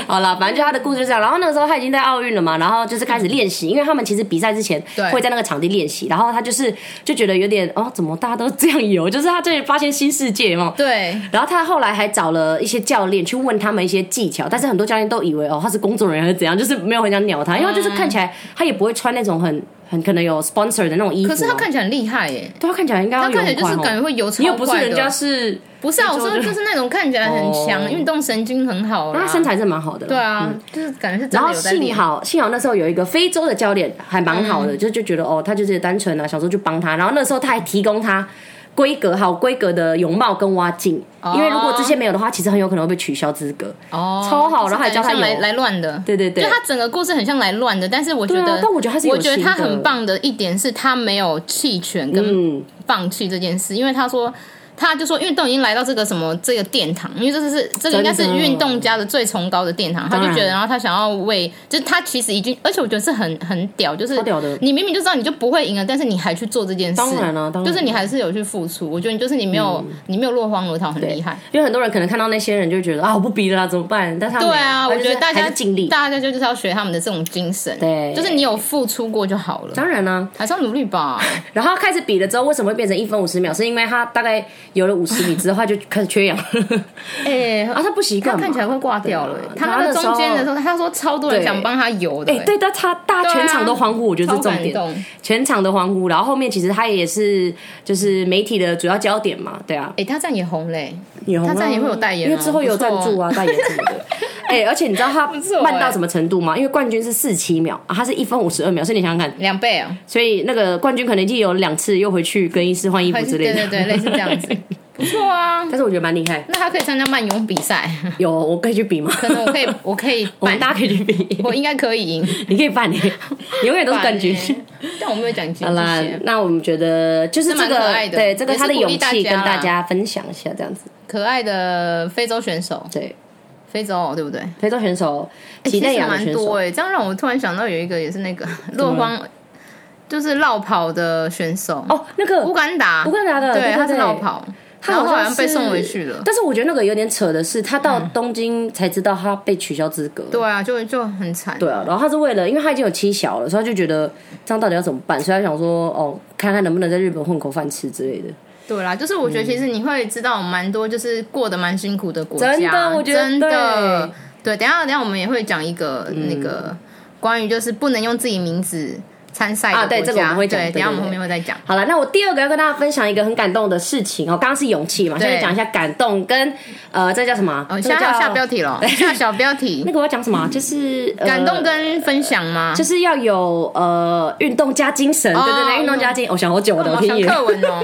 Speaker 2: 好了，反正就他的故事就这样。然后那个时候他已经在奥运了嘛，然后就是开始练习，因为他们其实比赛之前
Speaker 1: 嗯对
Speaker 2: 会在那个场地练习。然后他就是就觉得有点哦，怎么大家都这样游？就是他这发现新世界嘛。
Speaker 1: 对。
Speaker 2: 然后他后来还找了一些教练去问他们一些技巧，但是很多教练都以为哦他是工作人员还是怎样，就是没有很想鸟他，因为他就是看起来他也不会穿那种很很可能有 sponsor 的那种衣服、
Speaker 1: 可
Speaker 2: 啊。
Speaker 1: 是他看起来很厉害耶，
Speaker 2: 对他看起来应该要
Speaker 1: 他看起来就是
Speaker 2: 有很快哦
Speaker 1: 感觉会游超
Speaker 2: 你
Speaker 1: 快
Speaker 2: 又
Speaker 1: 的。
Speaker 2: 不是人家是，
Speaker 1: 不是啊，我说就是那种看起来很强，
Speaker 2: 哦
Speaker 1: 运动神经很好啦，
Speaker 2: 那他身材是蛮好的啦。
Speaker 1: 对啊，就是感觉是真
Speaker 2: 嗯然后
Speaker 1: 的有在
Speaker 2: 幸
Speaker 1: 练。
Speaker 2: 好幸好那时候有一个非洲的教练还蛮好的，就就觉得哦，他就是单纯啊，想说就帮他。然后那时候他还提供他规格好规格的泳帽跟蛙镜，因为如果这些没有的话，其实很有可能会被取消资格。
Speaker 1: 哦，
Speaker 2: 超好
Speaker 1: 就是
Speaker 2: 然后还教他
Speaker 1: 感觉像
Speaker 2: 游
Speaker 1: 来来乱的，
Speaker 2: 对对对
Speaker 1: 就他整个故事很像来乱的，但是我觉
Speaker 2: 对啊
Speaker 1: 得，
Speaker 2: 但我觉得他是有
Speaker 1: 我觉得他
Speaker 2: 心的
Speaker 1: 很棒的一点是他没有弃权跟
Speaker 2: 嗯，
Speaker 1: 放弃这件事，因为他说。他就说，运动已经来到这个什么这个殿堂，因为这是这个应该是
Speaker 2: 真的
Speaker 1: 运动家的最崇高的殿堂，他就
Speaker 2: 当然
Speaker 1: 觉得，然后他想要为，就是他其实已经，而且我觉得是很很屌，就是
Speaker 2: 超屌的
Speaker 1: 你明明就知道你就不会赢了，但是你还去做这件事，
Speaker 2: 当然嗯了当然
Speaker 1: 就是你还是有去付出，我觉得你就是你没有、你没有落荒而逃，很厉害。
Speaker 2: 因为很多人可能看到那些人就觉得啊，我不比了啦，怎么办？但他没有
Speaker 1: 对啊，
Speaker 2: 他
Speaker 1: 我
Speaker 2: 就是
Speaker 1: 觉得大
Speaker 2: 还
Speaker 1: 家
Speaker 2: 是尽力。
Speaker 1: 大家就是要学他们的这种精神，
Speaker 2: 对
Speaker 1: 就是你有付出过就好了，
Speaker 2: 当然啦、
Speaker 1: 还是要努力吧。
Speaker 2: 然后开始比了之后，为什么会变成一分五十秒？是因为他大概游了五十米之后，他就开始缺氧，
Speaker 1: 哎、
Speaker 2: 啊，他不习惯嘛，
Speaker 1: 看起来会挂掉
Speaker 2: 对
Speaker 1: 了
Speaker 2: 啊。
Speaker 1: 他那个中间的
Speaker 2: 然后那时
Speaker 1: 时候，他说超多人
Speaker 2: 对
Speaker 1: 想帮他游的、
Speaker 2: 哎、对，但他大家全场都欢呼，我觉得
Speaker 1: 啊超
Speaker 2: 是重
Speaker 1: 感
Speaker 2: 点。
Speaker 1: 动。
Speaker 2: 全场的欢呼，然后后面其实他也是就是媒体的主要焦点嘛，对啊，
Speaker 1: 哎、他这样也红嘞、
Speaker 2: 也红啊
Speaker 1: 他这样也会有代言啊
Speaker 2: 因为之后有赞助啊，代言什么 的。哎、而且你知道他
Speaker 1: 错哎
Speaker 2: 慢到什么程度吗？因为冠军是四七秒，啊、他是一分五十二秒，所以你想想看，
Speaker 1: 两倍啊，
Speaker 2: 所以那个冠军可能已经有两次又回去更衣室换衣服
Speaker 1: 还是
Speaker 2: 之类
Speaker 1: 对
Speaker 2: 的，
Speaker 1: 对对，类似这样子，不错啊。
Speaker 2: 但是我觉得蛮厉害，
Speaker 1: 那他可以参加漫游比赛，
Speaker 2: 有我可以去比吗？
Speaker 1: 可能我可 以，我可以
Speaker 2: 我们
Speaker 1: 办，
Speaker 2: 大家可以去比，
Speaker 1: 我应该可以赢。
Speaker 2: 你可以办、欸，你永远都是冠军。
Speaker 1: 办欸但我没有奖金，
Speaker 2: 好啦
Speaker 1: 谢谢，
Speaker 2: 那我们觉得就是这
Speaker 1: 这蛮可
Speaker 2: 个
Speaker 1: 爱，的
Speaker 2: 对这个
Speaker 1: 也是
Speaker 2: 他的
Speaker 1: 鼓
Speaker 2: 勇
Speaker 1: 励大
Speaker 2: 气跟
Speaker 1: 家啦
Speaker 2: 大家分享一下，这样子。
Speaker 1: 可爱的非洲选手，
Speaker 2: 对，
Speaker 1: 非洲哦对不对？
Speaker 2: 非洲选手，
Speaker 1: 欸
Speaker 2: 几内亚的
Speaker 1: 其实蛮
Speaker 2: 啊选
Speaker 1: 多
Speaker 2: 手，
Speaker 1: 哎、这样让我突然想到有一个也是那 个落荒，就是绕跑的选手
Speaker 2: 哦，那个
Speaker 1: 乌干达，
Speaker 2: 乌干达的对对
Speaker 1: 对，他是
Speaker 2: 对
Speaker 1: 绕跑，
Speaker 2: 他
Speaker 1: 然后好
Speaker 2: 像
Speaker 1: 像
Speaker 2: 是
Speaker 1: 被送回去了。
Speaker 2: 但是我觉得那个有点扯的是，他到东京才知道他被取消资格。
Speaker 1: 对啊，就就很惨。
Speaker 2: 对啊，然后他是为了，因为他已经有妻小了，所以他就觉得这样到底要怎么办，所以他想说，哦，看看能不能在日本混口饭吃之类的。
Speaker 1: 对啦，就是我觉得其实你会知道蛮多，就是过得蛮辛苦的国家，
Speaker 2: 真的我觉得
Speaker 1: 真的对。等一下等一下我们也会讲一个、那
Speaker 2: 嗯
Speaker 1: 个关于就是不能用自己名字参赛的
Speaker 2: 啊对
Speaker 1: 国家
Speaker 2: 这个我们会讲
Speaker 1: 对，
Speaker 2: 对
Speaker 1: 等一下我们
Speaker 2: 对对
Speaker 1: 后面会再讲。
Speaker 2: 好了，那我第二个要跟大家分享一个很感动的事情哦，刚刚是勇气嘛，现
Speaker 1: 对
Speaker 2: 在讲一下感动跟呃，这叫什么啊？
Speaker 1: 哦，
Speaker 2: 这
Speaker 1: 现
Speaker 2: 个
Speaker 1: 在还有
Speaker 2: 叫
Speaker 1: 下标题了，下小标题
Speaker 2: 那。个我要讲什么啊？就是呃
Speaker 1: 感动跟分享吗？
Speaker 2: 就是要有呃运动加精神，对对
Speaker 1: 哦
Speaker 2: 对，运动加精，我哦想好久我的
Speaker 1: 好
Speaker 2: 天
Speaker 1: 想
Speaker 2: 爷，
Speaker 1: 课文 哦，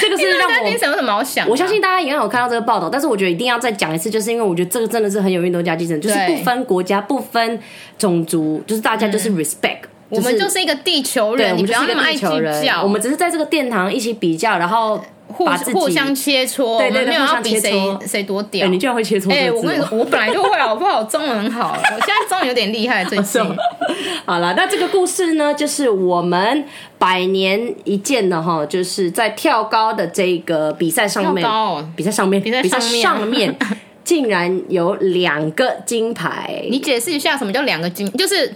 Speaker 2: 这个是让
Speaker 1: 大家
Speaker 2: 我
Speaker 1: 精神有什么好想的？啊
Speaker 2: 我相信大家应该有看到这个报道，但是我觉得一定要再讲一次，就是因为我觉得这个真的是很有运动家精神，就是
Speaker 1: 对嗯
Speaker 2: 不分国家、不分种族，就是大家就是 respect，、。
Speaker 1: 我们就是是一个地球
Speaker 2: 对，
Speaker 1: 人，
Speaker 2: 我
Speaker 1: 你
Speaker 2: 们
Speaker 1: 不要
Speaker 2: 就是
Speaker 1: 那
Speaker 2: 一
Speaker 1: 么
Speaker 2: 个
Speaker 1: 爱
Speaker 2: 地
Speaker 1: 计
Speaker 2: 球人，
Speaker 1: 较，
Speaker 2: 我们只是在这个殿堂一起比较，然后
Speaker 1: 互
Speaker 2: 把自己
Speaker 1: 互相切磋，我
Speaker 2: 对
Speaker 1: 们
Speaker 2: 对对
Speaker 1: 没有要
Speaker 2: 互相切
Speaker 1: 比
Speaker 2: 磋
Speaker 1: 谁谁多
Speaker 2: 哎
Speaker 1: 屌。
Speaker 2: 你居然会切磋
Speaker 1: 哎，
Speaker 2: 这个
Speaker 1: 我
Speaker 2: 字
Speaker 1: 跟你
Speaker 2: 哦，
Speaker 1: 说，我本来就会啊，我不好，中文很好，啊我现在中文有点厉害，最 近
Speaker 2: 哦好了，那这个故事呢，就是我们百年一见的哈，就是在跳高的这个比赛上面，
Speaker 1: 跳高哦
Speaker 2: 比赛上面，
Speaker 1: 比赛上面
Speaker 2: 上 面竟然有两个金牌，
Speaker 1: 你解释一下什么叫两个金，就是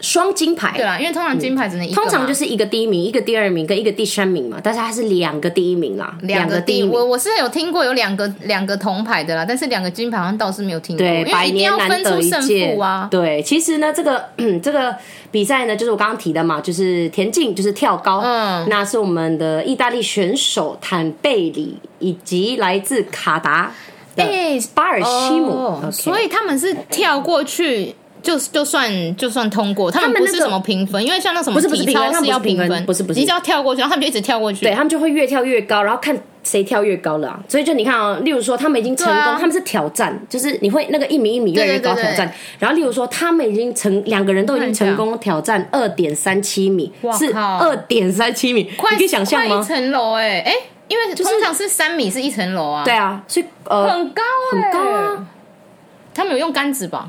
Speaker 2: 双金
Speaker 1: 对
Speaker 2: 牌。
Speaker 1: 啦，因为通常金牌只能一个嘛，
Speaker 2: 通常就是一个第一名，一个第二名，跟一个第三名嘛，但是它是两个第一名啦，
Speaker 1: 两
Speaker 2: 个
Speaker 1: 个
Speaker 2: 第一
Speaker 1: 第，
Speaker 2: 名。
Speaker 1: 我我是有听过有两个两个铜牌的啦，但是两个金牌好像倒是没有听过，
Speaker 2: 对，
Speaker 1: 因为
Speaker 2: 百
Speaker 1: 一定
Speaker 2: 年
Speaker 1: 要
Speaker 2: 难
Speaker 1: 分
Speaker 2: 得
Speaker 1: 出
Speaker 2: 一
Speaker 1: 胜
Speaker 2: 见
Speaker 1: 负啊。
Speaker 2: 对，其实呢，这个 这个比赛呢，就是我刚刚提的嘛，就是田径，就是跳高。
Speaker 1: 嗯，
Speaker 2: 那是我们的意大利选手坦贝里，以及来自卡达的
Speaker 1: 哎
Speaker 2: 巴尔西姆。
Speaker 1: 哦
Speaker 2: OK
Speaker 1: 所以他们是跳过去。就就算就算通过，他们
Speaker 2: 他们
Speaker 1: 不
Speaker 2: 那
Speaker 1: 是
Speaker 2: 个
Speaker 1: 什么评分，因为像那什么
Speaker 2: 不是不是
Speaker 1: 体
Speaker 2: 评分
Speaker 1: 操
Speaker 2: 他们不是
Speaker 1: 要
Speaker 2: 评分
Speaker 1: 分，
Speaker 2: 不是不是
Speaker 1: 你只要跳过去，然后他们就一直跳过去。
Speaker 2: 对他们就会越跳越高，然后看谁跳越高了啊、所以就你看啊、例如说他们已经成功，
Speaker 1: 对啊
Speaker 2: 他们是挑战，就是你会那个一米一米越来越高
Speaker 1: 对对
Speaker 2: 挑
Speaker 1: 对
Speaker 2: 战。然后例如说他们已经成两个人都已经成功挑战二点三七米，
Speaker 1: 哇
Speaker 2: 是
Speaker 1: 靠
Speaker 2: 二点三七米，
Speaker 1: 快，
Speaker 2: 你可以想象哦
Speaker 1: 快一
Speaker 2: 吗？
Speaker 1: 层楼哎哎，因为通常是三米是一层楼啊，
Speaker 2: 对，啊，所以呃，
Speaker 1: 很高
Speaker 2: 很
Speaker 1: 哎，
Speaker 2: 高啊。
Speaker 1: 他们有用杆子吧？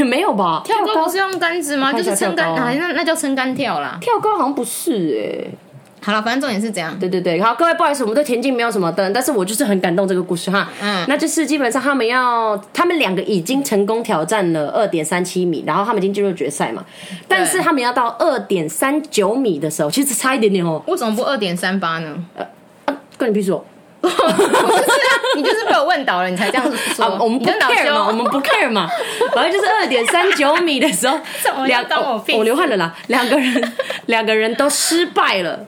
Speaker 2: 没有吧？
Speaker 1: 跳高不是用杆子吗？
Speaker 2: 我看
Speaker 1: 就
Speaker 2: 一下
Speaker 1: 是撑杆，
Speaker 2: 跳高啊
Speaker 1: 啊，那那叫撑杆跳啦。
Speaker 2: 跳高好像不是哎、
Speaker 1: 好了，反正重点是这样。
Speaker 2: 对对对，好，各位不好意思，我们对田径没有什么灯，但是我就是很感动这个故事哈。
Speaker 1: 嗯
Speaker 2: 那就是基本上他们要，他们两个已经成功挑战了二点三七米，然后他们已经进入决赛嘛，但是他们要到二点三九米的时候，其实差一点点哦， 啊
Speaker 1: 为什么不二点三八呢？
Speaker 2: 关你屁事哦。
Speaker 1: 我就是啊你就是被我问倒了，你才这样说。
Speaker 2: 啊，我们
Speaker 1: 你
Speaker 2: 不
Speaker 1: 就恼
Speaker 2: care 嘛，我
Speaker 1: 羞。
Speaker 2: 们不 care 嘛。反正就是二点三九米的时候
Speaker 1: 怎么，要
Speaker 2: 两哦
Speaker 1: 当我
Speaker 2: 我
Speaker 1: 屁事
Speaker 2: 流汗了啦，两个人两个人都失败了。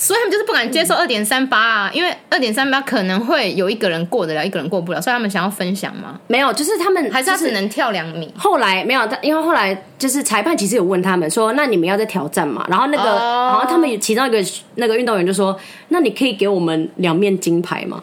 Speaker 1: 所以他们就是不敢接受二点三八啊，因为二点三八可能会有一个人过得了，一个人过不了，所以他们想要分享嘛，
Speaker 2: 没有，就是他们
Speaker 1: 还是他
Speaker 2: 就
Speaker 1: 只能跳两米？
Speaker 2: 后来没有，他因为后来就是裁判其实有问他们说，那你们要再挑战嘛？然后那个，
Speaker 1: 哦
Speaker 2: 然后他们其中一个那个运动员就说，那你可以给我们两面金牌嘛？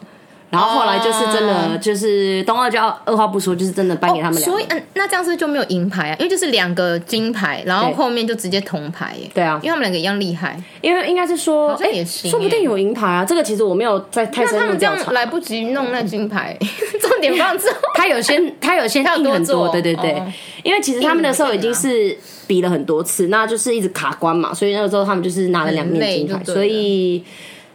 Speaker 2: 然后后来就是真的，就是冬奥就要二话不说，就是真的颁给他们两
Speaker 1: 哦所
Speaker 2: 个。
Speaker 1: 以嗯，那这样是不是就没有银牌啊，因为就是两个金牌，然后
Speaker 2: 对
Speaker 1: 后面就直接铜牌耶。
Speaker 2: 对啊
Speaker 1: 因为他们两个一样厉害，
Speaker 2: 因为应该是说，
Speaker 1: 好像
Speaker 2: 哎、
Speaker 1: 也行
Speaker 2: 说不定有银牌啊。这个其实我没有在太
Speaker 1: 那
Speaker 2: 深
Speaker 1: 他
Speaker 2: 入
Speaker 1: 们这
Speaker 2: 调
Speaker 1: 样
Speaker 2: 查。
Speaker 1: 来不及弄那金牌， 重点放之后。
Speaker 2: 他 有先，他有先
Speaker 1: 他有
Speaker 2: 硬
Speaker 1: 多
Speaker 2: 很多，
Speaker 1: 做
Speaker 2: 对对对，
Speaker 1: 哦
Speaker 2: 因为其实他们那时候已经是比了很多次，那就是一直卡关嘛，所以那个时候他们就是拿了两面金牌，
Speaker 1: 很累就对了
Speaker 2: 所以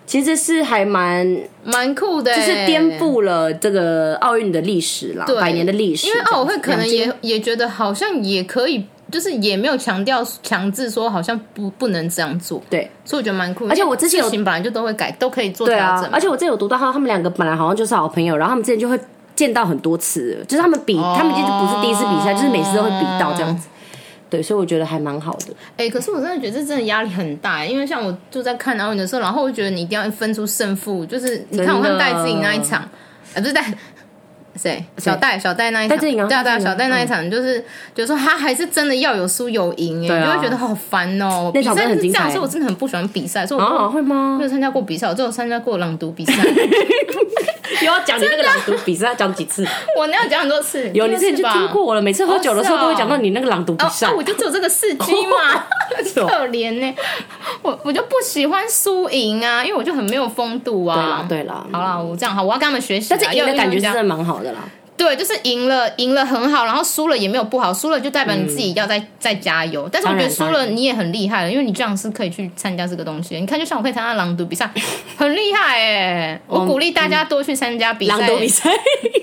Speaker 2: 其实是还蛮
Speaker 1: 蛮酷的欸、
Speaker 2: 就是颠覆了这个奥运的历史啦，百年的历史
Speaker 1: 因
Speaker 2: 这
Speaker 1: 为哦
Speaker 2: 样子。
Speaker 1: 奥委会可能
Speaker 2: 两金
Speaker 1: 也也觉得好像也可以，就是也没有强调强制说好像不不能这样做，
Speaker 2: 对
Speaker 1: 所以我觉得蛮酷的。
Speaker 2: 而且我之前有
Speaker 1: 事情本来就都会改，都可以做
Speaker 2: 对
Speaker 1: 调
Speaker 2: 啊
Speaker 1: 整，嘛。
Speaker 2: 而且我之前有读到他他们两个本来好像就是好朋友，然后他们之前就会见到很多次了，就是他们比、他们其实不是第一次比赛，就是每次都会比到这样子。对，所以我觉得还蛮好的。
Speaker 1: 哎、可是我真的觉得这真的压力很大、欸因为像我就在看奥运的时候，然后我觉得你一定要分出胜负，就是你看我
Speaker 2: 真
Speaker 1: 看
Speaker 2: 的
Speaker 1: 戴志颖那一场，呃，不是戴。谁？小戴，小戴那一场，
Speaker 2: 戴志颖啊
Speaker 1: 对啊，对
Speaker 2: 戴
Speaker 1: 啊，
Speaker 2: 志颖啊
Speaker 1: 小戴那一场，就是觉得说他还是真的要有输有赢，
Speaker 2: 对
Speaker 1: 哎，
Speaker 2: 啊
Speaker 1: 你就会觉得好烦哦。
Speaker 2: 那
Speaker 1: 比
Speaker 2: 场
Speaker 1: 赛
Speaker 2: 真的
Speaker 1: 是
Speaker 2: 很
Speaker 1: 这
Speaker 2: 精彩
Speaker 1: 样，所以我真的很不喜欢比赛，所以我
Speaker 2: 啊，
Speaker 1: 都
Speaker 2: 会吗
Speaker 1: 没？有参加过比赛，我只有参加过朗读 比赛，
Speaker 2: 又要讲你那个朗读比赛要讲几次？
Speaker 1: 我哪有讲很多次？
Speaker 2: 有，
Speaker 1: 第
Speaker 2: 你
Speaker 1: 二
Speaker 2: 之前
Speaker 1: 次
Speaker 2: 就
Speaker 1: 吧
Speaker 2: 听过了。每次喝酒的时候都会讲到你那个朗读比
Speaker 1: 哦，
Speaker 2: 赛
Speaker 1: 那、我就只有这个四 G 嘛，
Speaker 2: 是哦
Speaker 1: 可怜呢、我我就不喜欢输赢啊，因为我就很没有风度
Speaker 2: 对啦
Speaker 1: 啊，。
Speaker 2: 对啦，
Speaker 1: 好啦，我这样好，我要跟他们学习啦。啊
Speaker 2: 但是赢的
Speaker 1: 要
Speaker 2: 感觉
Speaker 1: 要这
Speaker 2: 是真的
Speaker 1: 样
Speaker 2: 蛮好的啦。
Speaker 1: 对，就是赢了，赢了很好，然后输了也没有不好，输了就代表你自己要再、再加油。但是我觉得输
Speaker 2: 嗯当
Speaker 1: 了
Speaker 2: 然
Speaker 1: 你也很厉害了，因为你这样是可以去参加这个东西的。你看，就像我可以参加朗读比赛，很厉害哎、 我鼓励大家多去参加比赛，
Speaker 2: 朗读比 赛，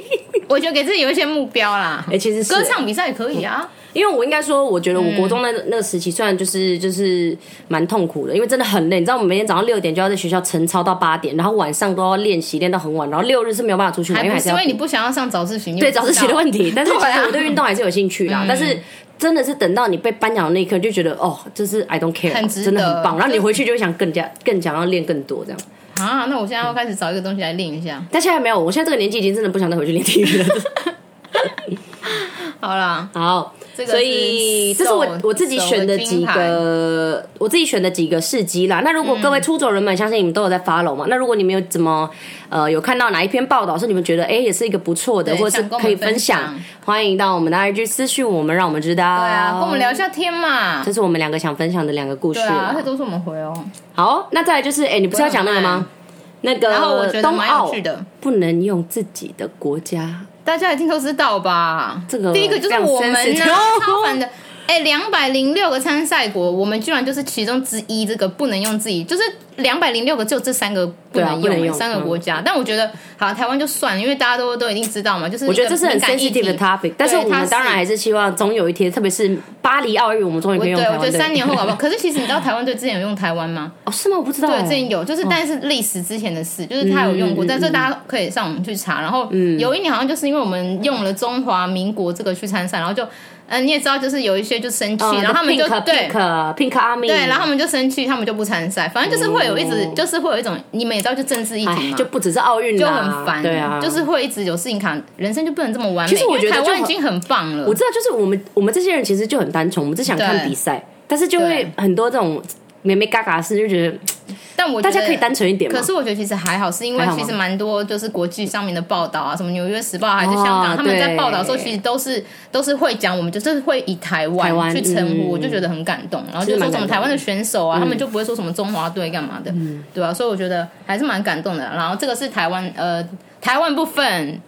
Speaker 1: 我觉得给自己有一些目标啦。
Speaker 2: 哎，其实 是
Speaker 1: 歌唱比赛也可以啊，
Speaker 2: 因为我应该说，我觉得我国中那那个时期，虽然就是就是蛮痛苦的，因为真的很累。你知道，我们每天早上六点就要在学校晨操到八点，然后晚上都要练习练到很晚，然后六日是没有办法出去玩，因
Speaker 1: 还不
Speaker 2: 为还
Speaker 1: 是
Speaker 2: 是
Speaker 1: 因
Speaker 2: 要
Speaker 1: 为你不想要啊上早自习，你
Speaker 2: 对
Speaker 1: 也不
Speaker 2: 早
Speaker 1: 知
Speaker 2: 自习的
Speaker 1: 道
Speaker 2: 问 题。但是其
Speaker 1: 对
Speaker 2: 实
Speaker 1: 啊嗯
Speaker 2: 我对运动还是有兴趣啦，但是。真的是等到你被颁奖的那一刻，就觉得哦，就是 I don't care，
Speaker 1: 很值
Speaker 2: 真的
Speaker 1: 得
Speaker 2: 很棒。然后你回去就会想更加更想要练更多这样。
Speaker 1: 啊，那我现在要开始找一个东西来练一下。
Speaker 2: 但现在没有，我现在这个年纪已经真的不想再回去练体 育了。
Speaker 1: 好啦，
Speaker 2: 好，
Speaker 1: 这个
Speaker 2: 所以
Speaker 1: 是
Speaker 2: 这是我
Speaker 1: 手
Speaker 2: 我自己选的几
Speaker 1: 手的
Speaker 2: 个，我自己选的几个事迹啦。那如
Speaker 1: 嗯
Speaker 2: 果各位出走人们，相信你们都有在 follow 嘛？那如果你们有怎么呃有看到哪一篇报道是你们觉得哎、也是一个不错的，
Speaker 1: 对
Speaker 2: 或者是
Speaker 1: 想跟我
Speaker 2: 可
Speaker 1: 们
Speaker 2: 以分享
Speaker 1: 分享，
Speaker 2: 欢迎到我们的 IG 私讯我们，让我们知道。
Speaker 1: 对啊，跟我们聊一下天嘛
Speaker 2: 呃这。是我们两个想分享的两个故事
Speaker 1: 对啊，
Speaker 2: 啦
Speaker 1: 而且。都是我们回哦。
Speaker 2: 好，那再来就是哎、你不是要讲那个吗？那
Speaker 1: 然后我觉得
Speaker 2: 个呃冬
Speaker 1: 蛮有
Speaker 2: 奥
Speaker 1: 趣的，
Speaker 2: 不能用自己的国家
Speaker 1: 大家一定都知道吧？
Speaker 2: 这个
Speaker 1: 第一个就是我们啊
Speaker 2: 非
Speaker 1: 呢，
Speaker 2: 常 sensitive
Speaker 1: 超烦的。哎，两百零六个参赛国，我们居然就是其中之一，这个不能用自己，就是两百零六个，就这三个不
Speaker 2: 对啊
Speaker 1: 能
Speaker 2: 不能
Speaker 1: 用，
Speaker 2: 用嗯
Speaker 1: 三个国家。但我觉得，好，台湾就算了，因为大家都都一定知道嘛，就是
Speaker 2: 我觉
Speaker 1: 一个
Speaker 2: 得这是很
Speaker 1: 敏感议
Speaker 2: sensitive 的
Speaker 1: 题
Speaker 2: topic，但是
Speaker 1: 对
Speaker 2: 我
Speaker 1: 它
Speaker 2: 们当然还是希望总有一天，特别是巴黎奥运，我们终于
Speaker 1: 我
Speaker 2: 可以
Speaker 1: 对，
Speaker 2: 用台
Speaker 1: 我
Speaker 2: 湾
Speaker 1: 觉得
Speaker 2: 队
Speaker 1: 三年后搞不好。可是其实你知道台湾队之前有用台湾吗？
Speaker 2: 哦，嗯是吗？我不知道、
Speaker 1: 对，之
Speaker 2: 欸。
Speaker 1: 前有，就是但是历史之前的事，就是他有用过，但是大家可以上网去查。然后
Speaker 2: 嗯
Speaker 1: 有一年好像就是因为我们用了中华民国这个去参赛，然后就嗯你也知道，就是有一些就生气，然后他们就
Speaker 2: 哦呃 pink
Speaker 1: 对
Speaker 2: pink pink army，
Speaker 1: 对，然后他们就生气，他们就不参赛。反正就是会有一直就是会有一种你们也知道，就政治议题
Speaker 2: 哦哎，
Speaker 1: 嘛
Speaker 2: 就。不只是奥运
Speaker 1: 就
Speaker 2: 啦，
Speaker 1: 很烦，
Speaker 2: 对啊，
Speaker 1: 就是会一直有事情卡，人生就不能这么完美。
Speaker 2: 其实我
Speaker 1: 因为
Speaker 2: 觉得
Speaker 1: 台
Speaker 2: 就
Speaker 1: 湾已
Speaker 2: 很
Speaker 1: 经很棒了
Speaker 2: 我，知道，就是我们我们这些人其实就很单纯，我们只想看
Speaker 1: 对
Speaker 2: 比赛，但是就会
Speaker 1: 对
Speaker 2: 很多这种咩咩嘎嘎的事，就觉得
Speaker 1: 但我觉
Speaker 2: 大
Speaker 1: 得
Speaker 2: 家可以单纯一点嘛
Speaker 1: 可。是我觉得其实还好，是因为
Speaker 2: 还好吗
Speaker 1: 其实蛮多就是国际上面的报道啊，什么《纽约时报》还是香港，
Speaker 2: 哦
Speaker 1: 他们在报道的时候
Speaker 2: 对
Speaker 1: 其实都是都是会讲，我们就是会以台
Speaker 2: 台
Speaker 1: 湾
Speaker 2: 湾
Speaker 1: 去称呼，
Speaker 2: 嗯
Speaker 1: 我就觉得很感动。然后就
Speaker 2: 蛮
Speaker 1: 说
Speaker 2: 感
Speaker 1: 什么
Speaker 2: 动的嗯
Speaker 1: 台湾的选手啊，他们就不会说什么中华队干嘛的，对吧、所以我觉得还是蛮感动的。然后这个是台湾呃台湾部分，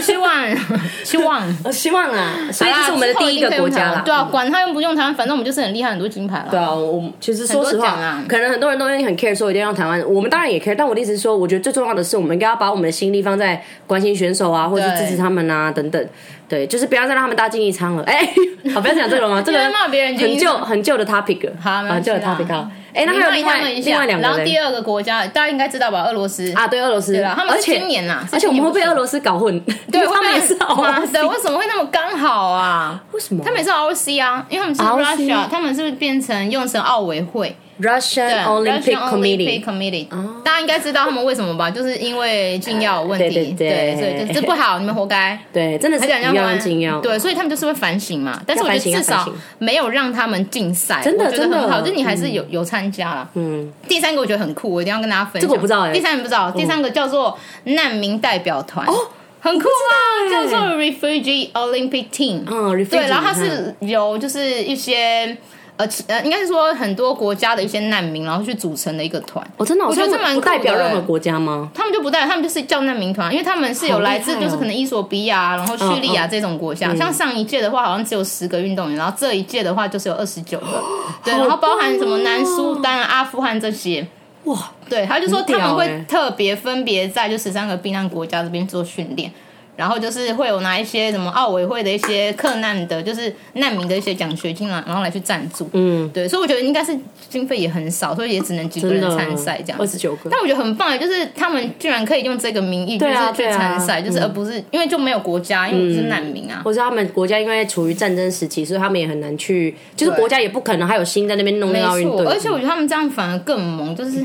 Speaker 1: 希望 希望。
Speaker 2: 呃，希望啊，所以这是我们的第一个国家啦。
Speaker 1: 对啊，管他用不用台湾，反正我们就是很厉害，很多金牌了。
Speaker 2: 对啊，我其实说实
Speaker 1: 很
Speaker 2: 话，
Speaker 1: 多奖啊
Speaker 2: 可能很多人都很 care 说一定要让台湾，我们当然也 care，但我的意思是说，我觉得最重要的是，我们应该要把我们的心力放在关心选手啊，或者是
Speaker 1: 对
Speaker 2: 支持他们啊等等。对，就是不要再让他们搭经济舱了。哎、 好，不要讲这个吗？这个
Speaker 1: 因为骂别人已经
Speaker 2: 很旧很旧的 topic，了
Speaker 1: 好没
Speaker 2: 很
Speaker 1: 关系
Speaker 2: 旧
Speaker 1: 啦
Speaker 2: 的 topic 啊。哎、那还有
Speaker 1: 你
Speaker 2: 另
Speaker 1: 骂
Speaker 2: 外
Speaker 1: 他们一下
Speaker 2: 另外两
Speaker 1: 然
Speaker 2: 个
Speaker 1: 后
Speaker 2: 人
Speaker 1: 第二个国家，大家应该知道吧？俄罗斯
Speaker 2: 啊，对俄罗斯，
Speaker 1: 对啦他们
Speaker 2: 而
Speaker 1: 是
Speaker 2: 且
Speaker 1: 今年啊呐，
Speaker 2: 而且我们会被俄罗斯搞混，
Speaker 1: 对，
Speaker 2: 他们 也是哦
Speaker 1: 好
Speaker 2: 好
Speaker 1: 吗？
Speaker 2: 吗？
Speaker 1: 对，为什么会那么刚好啊？
Speaker 2: 为什么？
Speaker 1: 他们也是 ROC 啊，因为他们是
Speaker 2: ROC
Speaker 1: Russia，他们是不是变成用成奥委会？
Speaker 2: Russian
Speaker 1: 对
Speaker 2: Olympic
Speaker 1: Russian
Speaker 2: Committee 哦
Speaker 1: Olympic Committee，大家应该知道他们为什么吧？就是因为禁药问
Speaker 2: 对
Speaker 1: 题，
Speaker 2: 对对
Speaker 1: 所以就这不好，你们活该。
Speaker 2: 对，真的是
Speaker 1: 还讲要
Speaker 2: 一样禁药，
Speaker 1: 对，所以他们就是会反省嘛。但是我觉
Speaker 2: 要
Speaker 1: 得
Speaker 2: 反省
Speaker 1: 至
Speaker 2: 要反
Speaker 1: 少
Speaker 2: 省
Speaker 1: 没有让他们竞赛，
Speaker 2: 真的
Speaker 1: 我觉得
Speaker 2: 真的
Speaker 1: 很好，就你还是有有参加啦。
Speaker 2: 嗯，
Speaker 1: 第三个我觉得很酷，我一定要跟大家分享。
Speaker 2: 这个我不知道欸
Speaker 1: 第三个不知道，第三个叫做难民代表团哦，很酷啊，
Speaker 2: 我
Speaker 1: 叫
Speaker 2: 不知
Speaker 1: 做
Speaker 2: 道
Speaker 1: Refugee Olympic Team。
Speaker 2: 嗯，refugee，
Speaker 1: 对，然后它
Speaker 2: 嗯
Speaker 1: 是由就是一些呃呃，应该是说很多国家的一些难民，然后去组成的一个团。
Speaker 2: 我哦真的，
Speaker 1: 我觉得这蛮
Speaker 2: 不
Speaker 1: 酷的欸
Speaker 2: 代表任何国家吗？
Speaker 1: 他们就不带，他们就是叫难民团，因为他们是有
Speaker 2: 好厉害哦嗯
Speaker 1: 来自就是可能伊索比亚啊、然后叙利亚这种国家。像上一届的话，好像只有十个运动员，然后这一届的话就是有二十九 个，对，然后包含什么南苏丹、啊、
Speaker 2: 哦
Speaker 1: 阿富汗这些。
Speaker 2: 哇，
Speaker 1: 对，他就说他们
Speaker 2: 很屌
Speaker 1: 会
Speaker 2: 欸
Speaker 1: 特别分别在就十三个避难国家这边做训练，然后就是会有拿一些什么奥委会的一些克难的，就是难民的一些奖学金啊，然后来去赞助。
Speaker 2: 嗯，
Speaker 1: 对，所以我觉得应该是经费也很少，所以也只能几个人
Speaker 2: 真的哦
Speaker 1: 参赛这样子。
Speaker 2: 29个
Speaker 1: 但我觉得很棒，欸就是他们居然可以用这个名义，就
Speaker 2: 对
Speaker 1: 是
Speaker 2: 啊
Speaker 1: 去
Speaker 2: 对啊嗯
Speaker 1: 参赛，就是而不是、因为就没有国家，因为我是难民啊。
Speaker 2: 或者他们国家因为处于战争时期，所以他们也很难去，就是国家也不可能还有心在那边弄那
Speaker 1: 没
Speaker 2: 个奥运
Speaker 1: 错，
Speaker 2: 队，
Speaker 1: 而且我觉得他们这样反而更猛，就是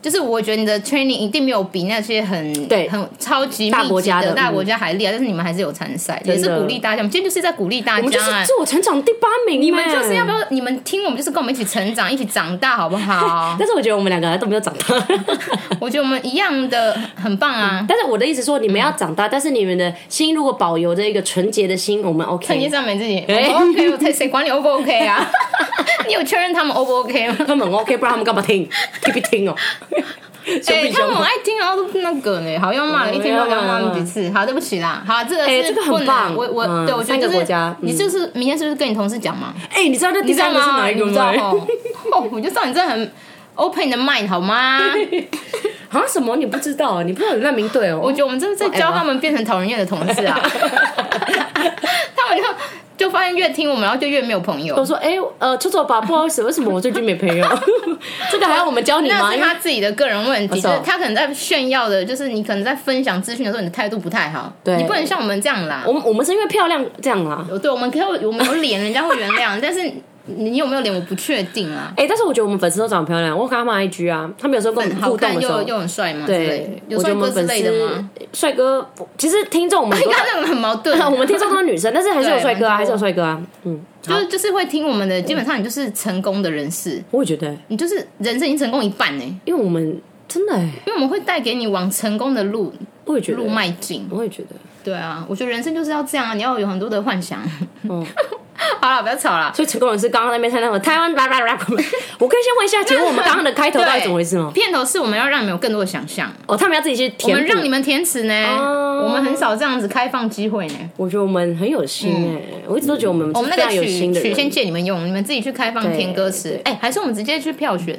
Speaker 1: 就是我觉得你的 training 一定没有比那些很
Speaker 2: 对
Speaker 1: 很超级密集
Speaker 2: 大国家
Speaker 1: 的
Speaker 2: 的
Speaker 1: 大
Speaker 2: 嗯
Speaker 1: 国家还厉害，但是你们还是有参赛，也
Speaker 2: 真
Speaker 1: 是
Speaker 2: 的
Speaker 1: 鼓励大家，我们今天就是在鼓励大
Speaker 2: 我们就
Speaker 1: 家
Speaker 2: 是
Speaker 1: 啊。
Speaker 2: 自我成长第八名，欸
Speaker 1: 你们就是要不？要？你们听，我们就是跟我们一起成长，一起长大，好不好？
Speaker 2: 但是我觉得我们两个都没有长大，
Speaker 1: 我觉得我们一样的，很棒啊！
Speaker 2: 但是我的意思说，你们要长大，但是你们的心如果保有着一个纯洁的心，我们
Speaker 1: 趁机
Speaker 2: OK，
Speaker 1: 赞美自己
Speaker 2: 哎
Speaker 1: 我，OK，我才谁管你 O 不 OK 啊？ 你有确认他们 O 不 OK 吗？
Speaker 2: 他们很 OK，不然他们干 嘛听？听不听哦？
Speaker 1: 哎、
Speaker 2: 哎
Speaker 1: 他们很爱听，然后都那个呢，好像骂
Speaker 2: 哦
Speaker 1: 了一天到晚要骂他们几次。好，对不起啦，好，这个是、
Speaker 2: 哎这个很
Speaker 1: 不能
Speaker 2: 棒
Speaker 1: 我我、
Speaker 2: 嗯
Speaker 1: 对我觉得
Speaker 2: 三
Speaker 1: 就
Speaker 2: 个
Speaker 1: 是
Speaker 2: 国家
Speaker 1: 你就是明天是不是跟你同事讲嘛？
Speaker 2: 哎、 你知道那第
Speaker 1: 你知道
Speaker 2: 三个
Speaker 1: 吗？
Speaker 2: 是哪一个
Speaker 1: 你知道
Speaker 2: 吗？
Speaker 1: 哦，哦， 我就知道你真的很 open 你的 mind 好 吗？
Speaker 2: 啊，什么？你不知道？你不知道有难民队哦？
Speaker 1: 我觉得我们真的在教他们变成讨人厌的同事 啊，他们就就发现越听我们，然后就越没有朋友
Speaker 2: 我。说，哎、呃，臭臭吧，不好意思，为什么我最近没朋友？ 这个还要我们教你吗？
Speaker 1: 那是
Speaker 2: 因为
Speaker 1: 他自己的个人问题，
Speaker 2: 我
Speaker 1: 就
Speaker 2: 懂
Speaker 1: 是他可能在炫耀的，就是你可能在分享资讯的时候，你的态度不太好，
Speaker 2: 对
Speaker 1: 你不能像我们这样啦。
Speaker 2: 我们我们是因为漂亮这样啊啦。
Speaker 1: 对，我们可以有我们有脸，人家会原谅，但是你有没有脸我不确定啊。
Speaker 2: 哎、但是我觉得我们粉丝都长得漂亮，我有看他们 IG 啊，他们有时候跟我们
Speaker 1: 好
Speaker 2: 互动
Speaker 1: 看
Speaker 2: 的时
Speaker 1: 又
Speaker 2: 候，
Speaker 1: 又很帅嘛，之类的
Speaker 2: 对，
Speaker 1: 有
Speaker 2: 我觉
Speaker 1: 帅
Speaker 2: 得我
Speaker 1: 哥
Speaker 2: 们
Speaker 1: 之
Speaker 2: 粉
Speaker 1: 类的吗
Speaker 2: 丝？帅哥，其实听众我们
Speaker 1: 你
Speaker 2: 很多
Speaker 1: 刚刚那个很矛盾啊，
Speaker 2: 我们听众都是女生，但是还是有帅
Speaker 1: 对蛮
Speaker 2: 哥
Speaker 1: 多
Speaker 2: 啊，还是有帅哥啊，嗯，好
Speaker 1: 就是就是会听我们的，基本上你就是成功的人士，
Speaker 2: 我也觉得，
Speaker 1: 你就是人生已经成功一半呢，欸
Speaker 2: 因为我们真的、欸，
Speaker 1: 因为我们会带给你往成功的路
Speaker 2: 我也觉
Speaker 1: 路
Speaker 2: 得，
Speaker 1: 迈进。
Speaker 2: 我也觉得，
Speaker 1: 对啊，我觉得人生就是要这样啊，你要有很多的幻想。
Speaker 2: 嗯，
Speaker 1: 好了，不要吵了。
Speaker 2: 所以成功人士刚刚那边参加了台湾叭叭叭，我可以先问一下，请问我们刚刚的开头到底怎么回事吗？
Speaker 1: 片头是我们要让你们有更多的想象，
Speaker 2: 哦，他们要自己去
Speaker 1: 我
Speaker 2: 填补
Speaker 1: 们让你们填词呢，
Speaker 2: 哦
Speaker 1: 我们很少这样子开放机会呢。
Speaker 2: 我觉得我们很有心哎、我一直都觉得我们
Speaker 1: 嗯我
Speaker 2: 是
Speaker 1: 哦们那
Speaker 2: 非常
Speaker 1: 个
Speaker 2: 有
Speaker 1: 曲
Speaker 2: 心的
Speaker 1: 曲
Speaker 2: 人。
Speaker 1: 先借你们用，你们自己去开放
Speaker 2: 对
Speaker 1: 填歌词。哎、还是我们直接去票选，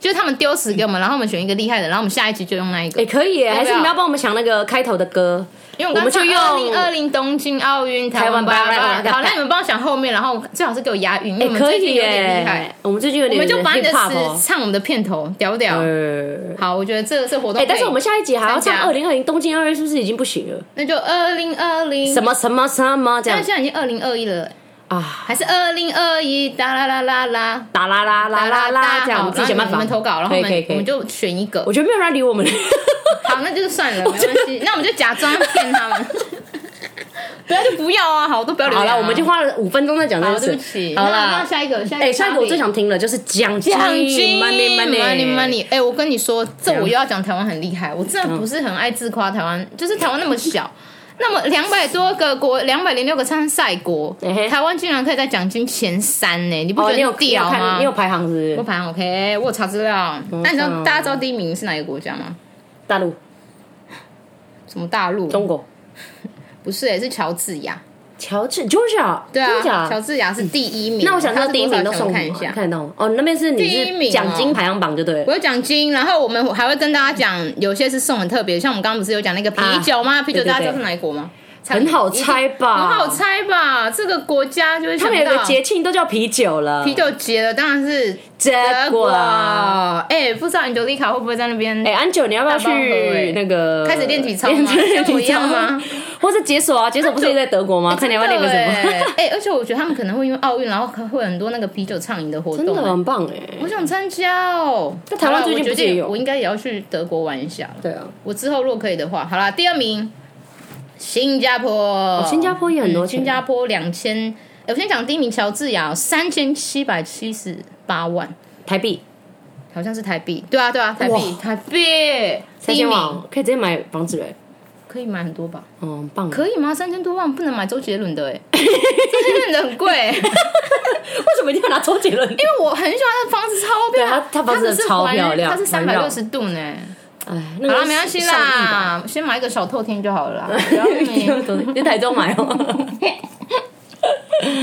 Speaker 1: 就是他们丢词给我们，然后我们选一个厉害的，然后我们下一集就用那一个。
Speaker 2: 哎、可以耶、
Speaker 1: 要不要
Speaker 2: 还是你们要帮我们想那个开头的歌？
Speaker 1: 因为
Speaker 2: 我们就用
Speaker 1: 二零二零东京奥运台湾
Speaker 2: 台湾
Speaker 1: 八八
Speaker 2: 八八
Speaker 1: 八，好，那你们帮我想后面，然后最好是给我押韵，因为
Speaker 2: 哎、
Speaker 1: 我们
Speaker 2: 可
Speaker 1: 最
Speaker 2: 以
Speaker 1: 近有
Speaker 2: 耶、
Speaker 1: 点厉害。
Speaker 2: 我们最近有
Speaker 1: 我
Speaker 2: 点
Speaker 1: 们就把你的
Speaker 2: hip hop 哦
Speaker 1: 词唱我们的片头，屌屌。
Speaker 2: 呃，
Speaker 1: 好，我觉得这个是活动可
Speaker 2: 哎、
Speaker 1: 以。
Speaker 2: 但是我们下一集还要
Speaker 1: 参
Speaker 2: 唱
Speaker 1: 加
Speaker 2: 二零二零东京二月，是不是已经不行了？
Speaker 1: 那就二零二零
Speaker 2: 什？么什么什么这
Speaker 1: 但
Speaker 2: 样
Speaker 1: 现在已经二零二一了，
Speaker 2: 啊？
Speaker 1: 还是二零二一？哒啦啦啦啦。
Speaker 2: 打啦啦啦啦啦这样，我们自己想办
Speaker 1: 好然
Speaker 2: 法。
Speaker 1: 后你们投稿，然后
Speaker 2: 可
Speaker 1: 我
Speaker 2: 以可以
Speaker 1: 们
Speaker 2: 可
Speaker 1: 我们
Speaker 2: 以。
Speaker 1: 就选一个
Speaker 2: 我。觉得没有人要理我们。
Speaker 1: 好，那就是算了，没关系。那我们就假装骗他 们，不要就不要啊！好，我都不要留
Speaker 2: 好
Speaker 1: 言啊。
Speaker 2: 了，我们就花了五分钟在讲这
Speaker 1: 好，
Speaker 2: 件事。
Speaker 1: 对不起。
Speaker 2: 好
Speaker 1: 那那
Speaker 2: 啦，
Speaker 1: 下一个，下一个，
Speaker 2: 哎、下一个我最想听的就是奖金
Speaker 1: 奖金
Speaker 2: money money
Speaker 1: money money。哎，我跟你说，这我又要讲台湾很厉害，我真的不是很爱自夸台湾，就是台湾那么小。那么两百多个国，两百零六个参赛国
Speaker 2: 嗯，哼
Speaker 1: 台湾竟然可以在奖金前三呢？你不
Speaker 2: 哦，
Speaker 1: 觉
Speaker 2: 你有
Speaker 1: 得
Speaker 2: 你有
Speaker 1: 屌吗？
Speaker 2: 看，你有排行是不是
Speaker 1: 我？排行 OK，我有查资料。那你知道
Speaker 2: 嗯
Speaker 1: 大家知道第一名是哪个国家吗？
Speaker 2: 大陆、
Speaker 1: 什么大陆？
Speaker 2: 中国、
Speaker 1: 不是、欸，是乔治亚。
Speaker 2: 乔治、Georgia，
Speaker 1: 对
Speaker 2: 真的假
Speaker 1: 啊，乔
Speaker 2: 的
Speaker 1: 治亚是第一名。
Speaker 2: 那我想知道
Speaker 1: 他是
Speaker 2: 第一名都
Speaker 1: 多少
Speaker 2: 送
Speaker 1: 钱我
Speaker 2: 什
Speaker 1: 看一
Speaker 2: 么？
Speaker 1: 下。
Speaker 2: 看得到吗？哦，你那边是你
Speaker 1: 第一名
Speaker 2: 是
Speaker 1: 哦
Speaker 2: 奖金排行榜就对了。
Speaker 1: 我有奖金，然后我们还会跟大家讲，有些是送很特别，像我们刚刚不是有讲那个啤酒吗？啤酒
Speaker 2: 啊对对
Speaker 1: 大家知道
Speaker 2: 对
Speaker 1: 是哪一国吗？产品
Speaker 2: 很好猜吧
Speaker 1: 一定很好猜吧？这个国家就会
Speaker 2: 他
Speaker 1: 想
Speaker 2: 们有
Speaker 1: 到
Speaker 2: 个节庆都叫啤酒了，
Speaker 1: 啤酒节了，当然是
Speaker 2: 结
Speaker 1: 德
Speaker 2: 果啊
Speaker 1: 国。哎、不知道 Angelica 会不会在那边？
Speaker 2: 哎、安九，你要不要
Speaker 1: 大包盒欸
Speaker 2: 去那个
Speaker 1: 开始练体操吗
Speaker 2: 练
Speaker 1: 像我
Speaker 2: 体
Speaker 1: 一
Speaker 2: 操
Speaker 1: 样吗？
Speaker 2: 或是解锁啊？解锁不是也在德国吗？看你要不要练个什么？
Speaker 1: 对？哎、而且我觉得他们可能会因为奥运，然后可会有很多那个啤酒畅饮的活
Speaker 2: 真的
Speaker 1: 动。
Speaker 2: 很棒哎、
Speaker 1: 我想参加哦！
Speaker 2: 那台湾
Speaker 1: 好啦
Speaker 2: 最近
Speaker 1: 我决
Speaker 2: 不是也
Speaker 1: 定
Speaker 2: 有
Speaker 1: 我应该也要去德国玩一下了。
Speaker 2: 对啊，
Speaker 1: 我之后如果可以的话，好啦，第二名，新加坡。
Speaker 2: 哦新加坡也很多
Speaker 1: 嗯
Speaker 2: 钱
Speaker 1: 新加坡两千、哎我先讲第一名乔治亚，三千七百七十八万，
Speaker 2: 台币
Speaker 1: 好像是台币。对啊，对啊，台币，
Speaker 2: 哇
Speaker 1: 台币。第
Speaker 2: 三
Speaker 1: 一名
Speaker 2: 千万可以直接买房子了欸，
Speaker 1: 可以买很多吧？
Speaker 2: 哦，很棒。
Speaker 1: 可以吗？三千多万不能买周杰伦 的哎、周杰伦的很贵、
Speaker 2: 为什么一定要拿周杰伦？
Speaker 1: 因为我很喜欢他的房子超漂亮，
Speaker 2: 对他他房子
Speaker 1: 只是
Speaker 2: 超
Speaker 1: 环
Speaker 2: 漂亮
Speaker 1: 它是三
Speaker 2: 环
Speaker 1: 百
Speaker 2: 绕
Speaker 1: 六十度呢、
Speaker 2: 哎，
Speaker 1: 好
Speaker 2: 那个
Speaker 1: 啦，没关系
Speaker 2: 上亿吧。
Speaker 1: 啦，先买一个小透天就好 了啦。不要命
Speaker 2: 你台中买哦，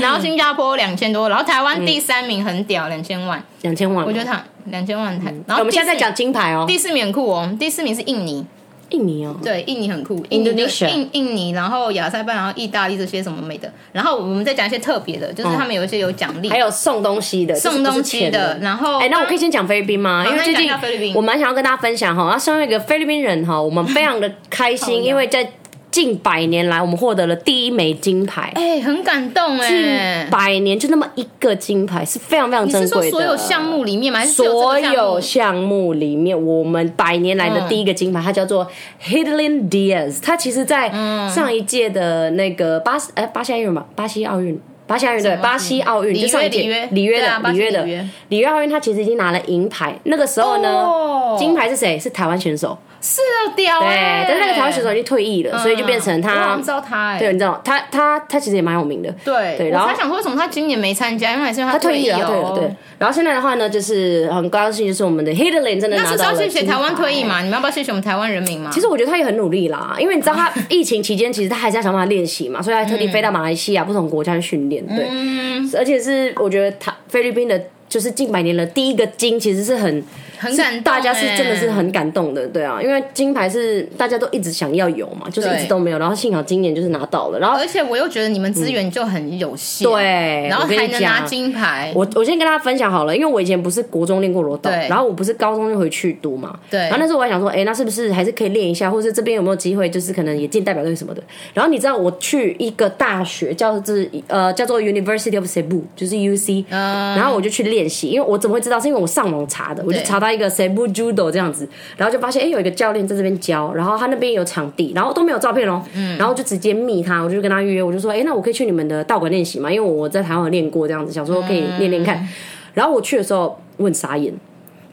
Speaker 1: 然后新加坡两千多，然后台
Speaker 2: 嗯
Speaker 1: 湾第三名很屌，两千万，
Speaker 2: 两千万。
Speaker 1: 我觉得他两千万台。然
Speaker 2: 哎
Speaker 1: 后
Speaker 2: 嗯我们现在在
Speaker 1: 第四
Speaker 2: 讲金牌哦，
Speaker 1: 第四名很酷哦，第四名是印尼，
Speaker 2: 印尼哦，
Speaker 1: 对，印尼很酷，印尼就
Speaker 2: Indonesia
Speaker 1: 印印尼，然后亚塞拜，然后意大利这些什么美的，然后我们再讲一些特别的，就是他们有一些有奖励，
Speaker 2: 嗯还有送东西的，
Speaker 1: 送东西
Speaker 2: 就是不是
Speaker 1: 的
Speaker 2: 钱，
Speaker 1: 然后
Speaker 2: 哎、那我可以先讲菲律宾吗？
Speaker 1: 好
Speaker 2: 因为
Speaker 1: 那你
Speaker 2: 最
Speaker 1: 讲一
Speaker 2: 近
Speaker 1: 下菲律宾
Speaker 2: 我蛮想要跟大家分享哈，然后身为一个菲律宾人哈，我们非常的开
Speaker 1: 好呀
Speaker 2: 心，因为在近百年来我们获得了第一枚金牌。
Speaker 1: 哎、很感动哎、
Speaker 2: 近百年就那么一个金牌是非常非常
Speaker 1: 你是
Speaker 2: 珍
Speaker 1: 说
Speaker 2: 贵的。
Speaker 1: 所有项目里面吗？还哎是只
Speaker 2: 所
Speaker 1: 这个项目哦嗯
Speaker 2: 有项目里面，我们百年来的第一个金牌，它叫做 h i d l i n Diaz。它其实，在
Speaker 1: 嗯
Speaker 2: 上一届的那个巴西，呃，巴西奥运吧，巴西奥运，巴西奥运对，巴西奥运
Speaker 1: 里约
Speaker 2: 就上一届
Speaker 1: 里约
Speaker 2: 里约
Speaker 1: 对啊
Speaker 2: 的
Speaker 1: 巴西
Speaker 2: 里约的
Speaker 1: 里约
Speaker 2: 里约奥运，它其实已经拿了银牌。那个时候
Speaker 1: 哦
Speaker 2: 呢，金牌是谁？是台湾选手。
Speaker 1: 是啊，屌
Speaker 2: 对，
Speaker 1: 哎、
Speaker 2: 但是那个台湾选手已经退役了，所以就变成
Speaker 1: 我好
Speaker 2: 他
Speaker 1: 像知。道他哎、
Speaker 2: 对，你知道他他他其实也蛮有名的，
Speaker 1: 对
Speaker 2: 对，然后
Speaker 1: 我才想说为什么他今年没参加，因为是因为
Speaker 2: 他退
Speaker 1: 役
Speaker 2: 役
Speaker 1: 哦
Speaker 2: 了，他退役了，对。然后现在的话呢，就是很高兴，就是我们的 h i d l i n 真的
Speaker 1: 那是
Speaker 2: 拿
Speaker 1: 不是
Speaker 2: 到
Speaker 1: 要
Speaker 2: 了
Speaker 1: 谢谢
Speaker 2: 金牌
Speaker 1: 台湾退役嘛？你们要不要谢谢我们台湾人民嘛？
Speaker 2: 其实我觉得他也很努力啦，因为你知道 他疫情期间，其实他还是在想办法练习嘛，所以他还特地飞到马来西亚不同国家去训练。对，
Speaker 1: 嗯
Speaker 2: 而且是我觉得他菲律宾的，就是近百年的第一个金，其实是很
Speaker 1: 很感动、欸
Speaker 2: 大家是真的是。很感动的，对啊，因为金牌是大家都一直想要有嘛，就是一
Speaker 1: 对
Speaker 2: 直都没有，然后幸好今年就是拿到了，然后
Speaker 1: 而且我又觉得你们资源就很有限，
Speaker 2: 对
Speaker 1: 啊然后
Speaker 2: 我跟你
Speaker 1: 还能拿
Speaker 2: 讲
Speaker 1: 金牌，
Speaker 2: 我我先跟大家分享好了，因为我以前不是国中练过柔道，
Speaker 1: 对
Speaker 2: 然后我不是高中就回去读嘛，
Speaker 1: 对
Speaker 2: 然后那时候我还想说，哎、那是不是还是可以练一下，或是这边有没有机会，就是可能也进代表队什么的。然后你知道我去一个大学叫做呃叫做 University of Cebu，就是 UC，、然后我就去练习，因为我怎么会知道？是因为我上网查的，我就
Speaker 1: 嗯对
Speaker 2: 查到一个 Cebu Judo 这样子，然后就发现哎、诶有一个教练在这边教，然后他那边有场地，然后都没有照片哦，
Speaker 1: 嗯
Speaker 2: 然后就直接密他，我就跟他约，我就说哎、诶那我可以去你们的道馆练习吗？因为我在台湾有练过这样子，想说可以
Speaker 1: 嗯
Speaker 2: 练练看。然后我去的时候，我很傻眼。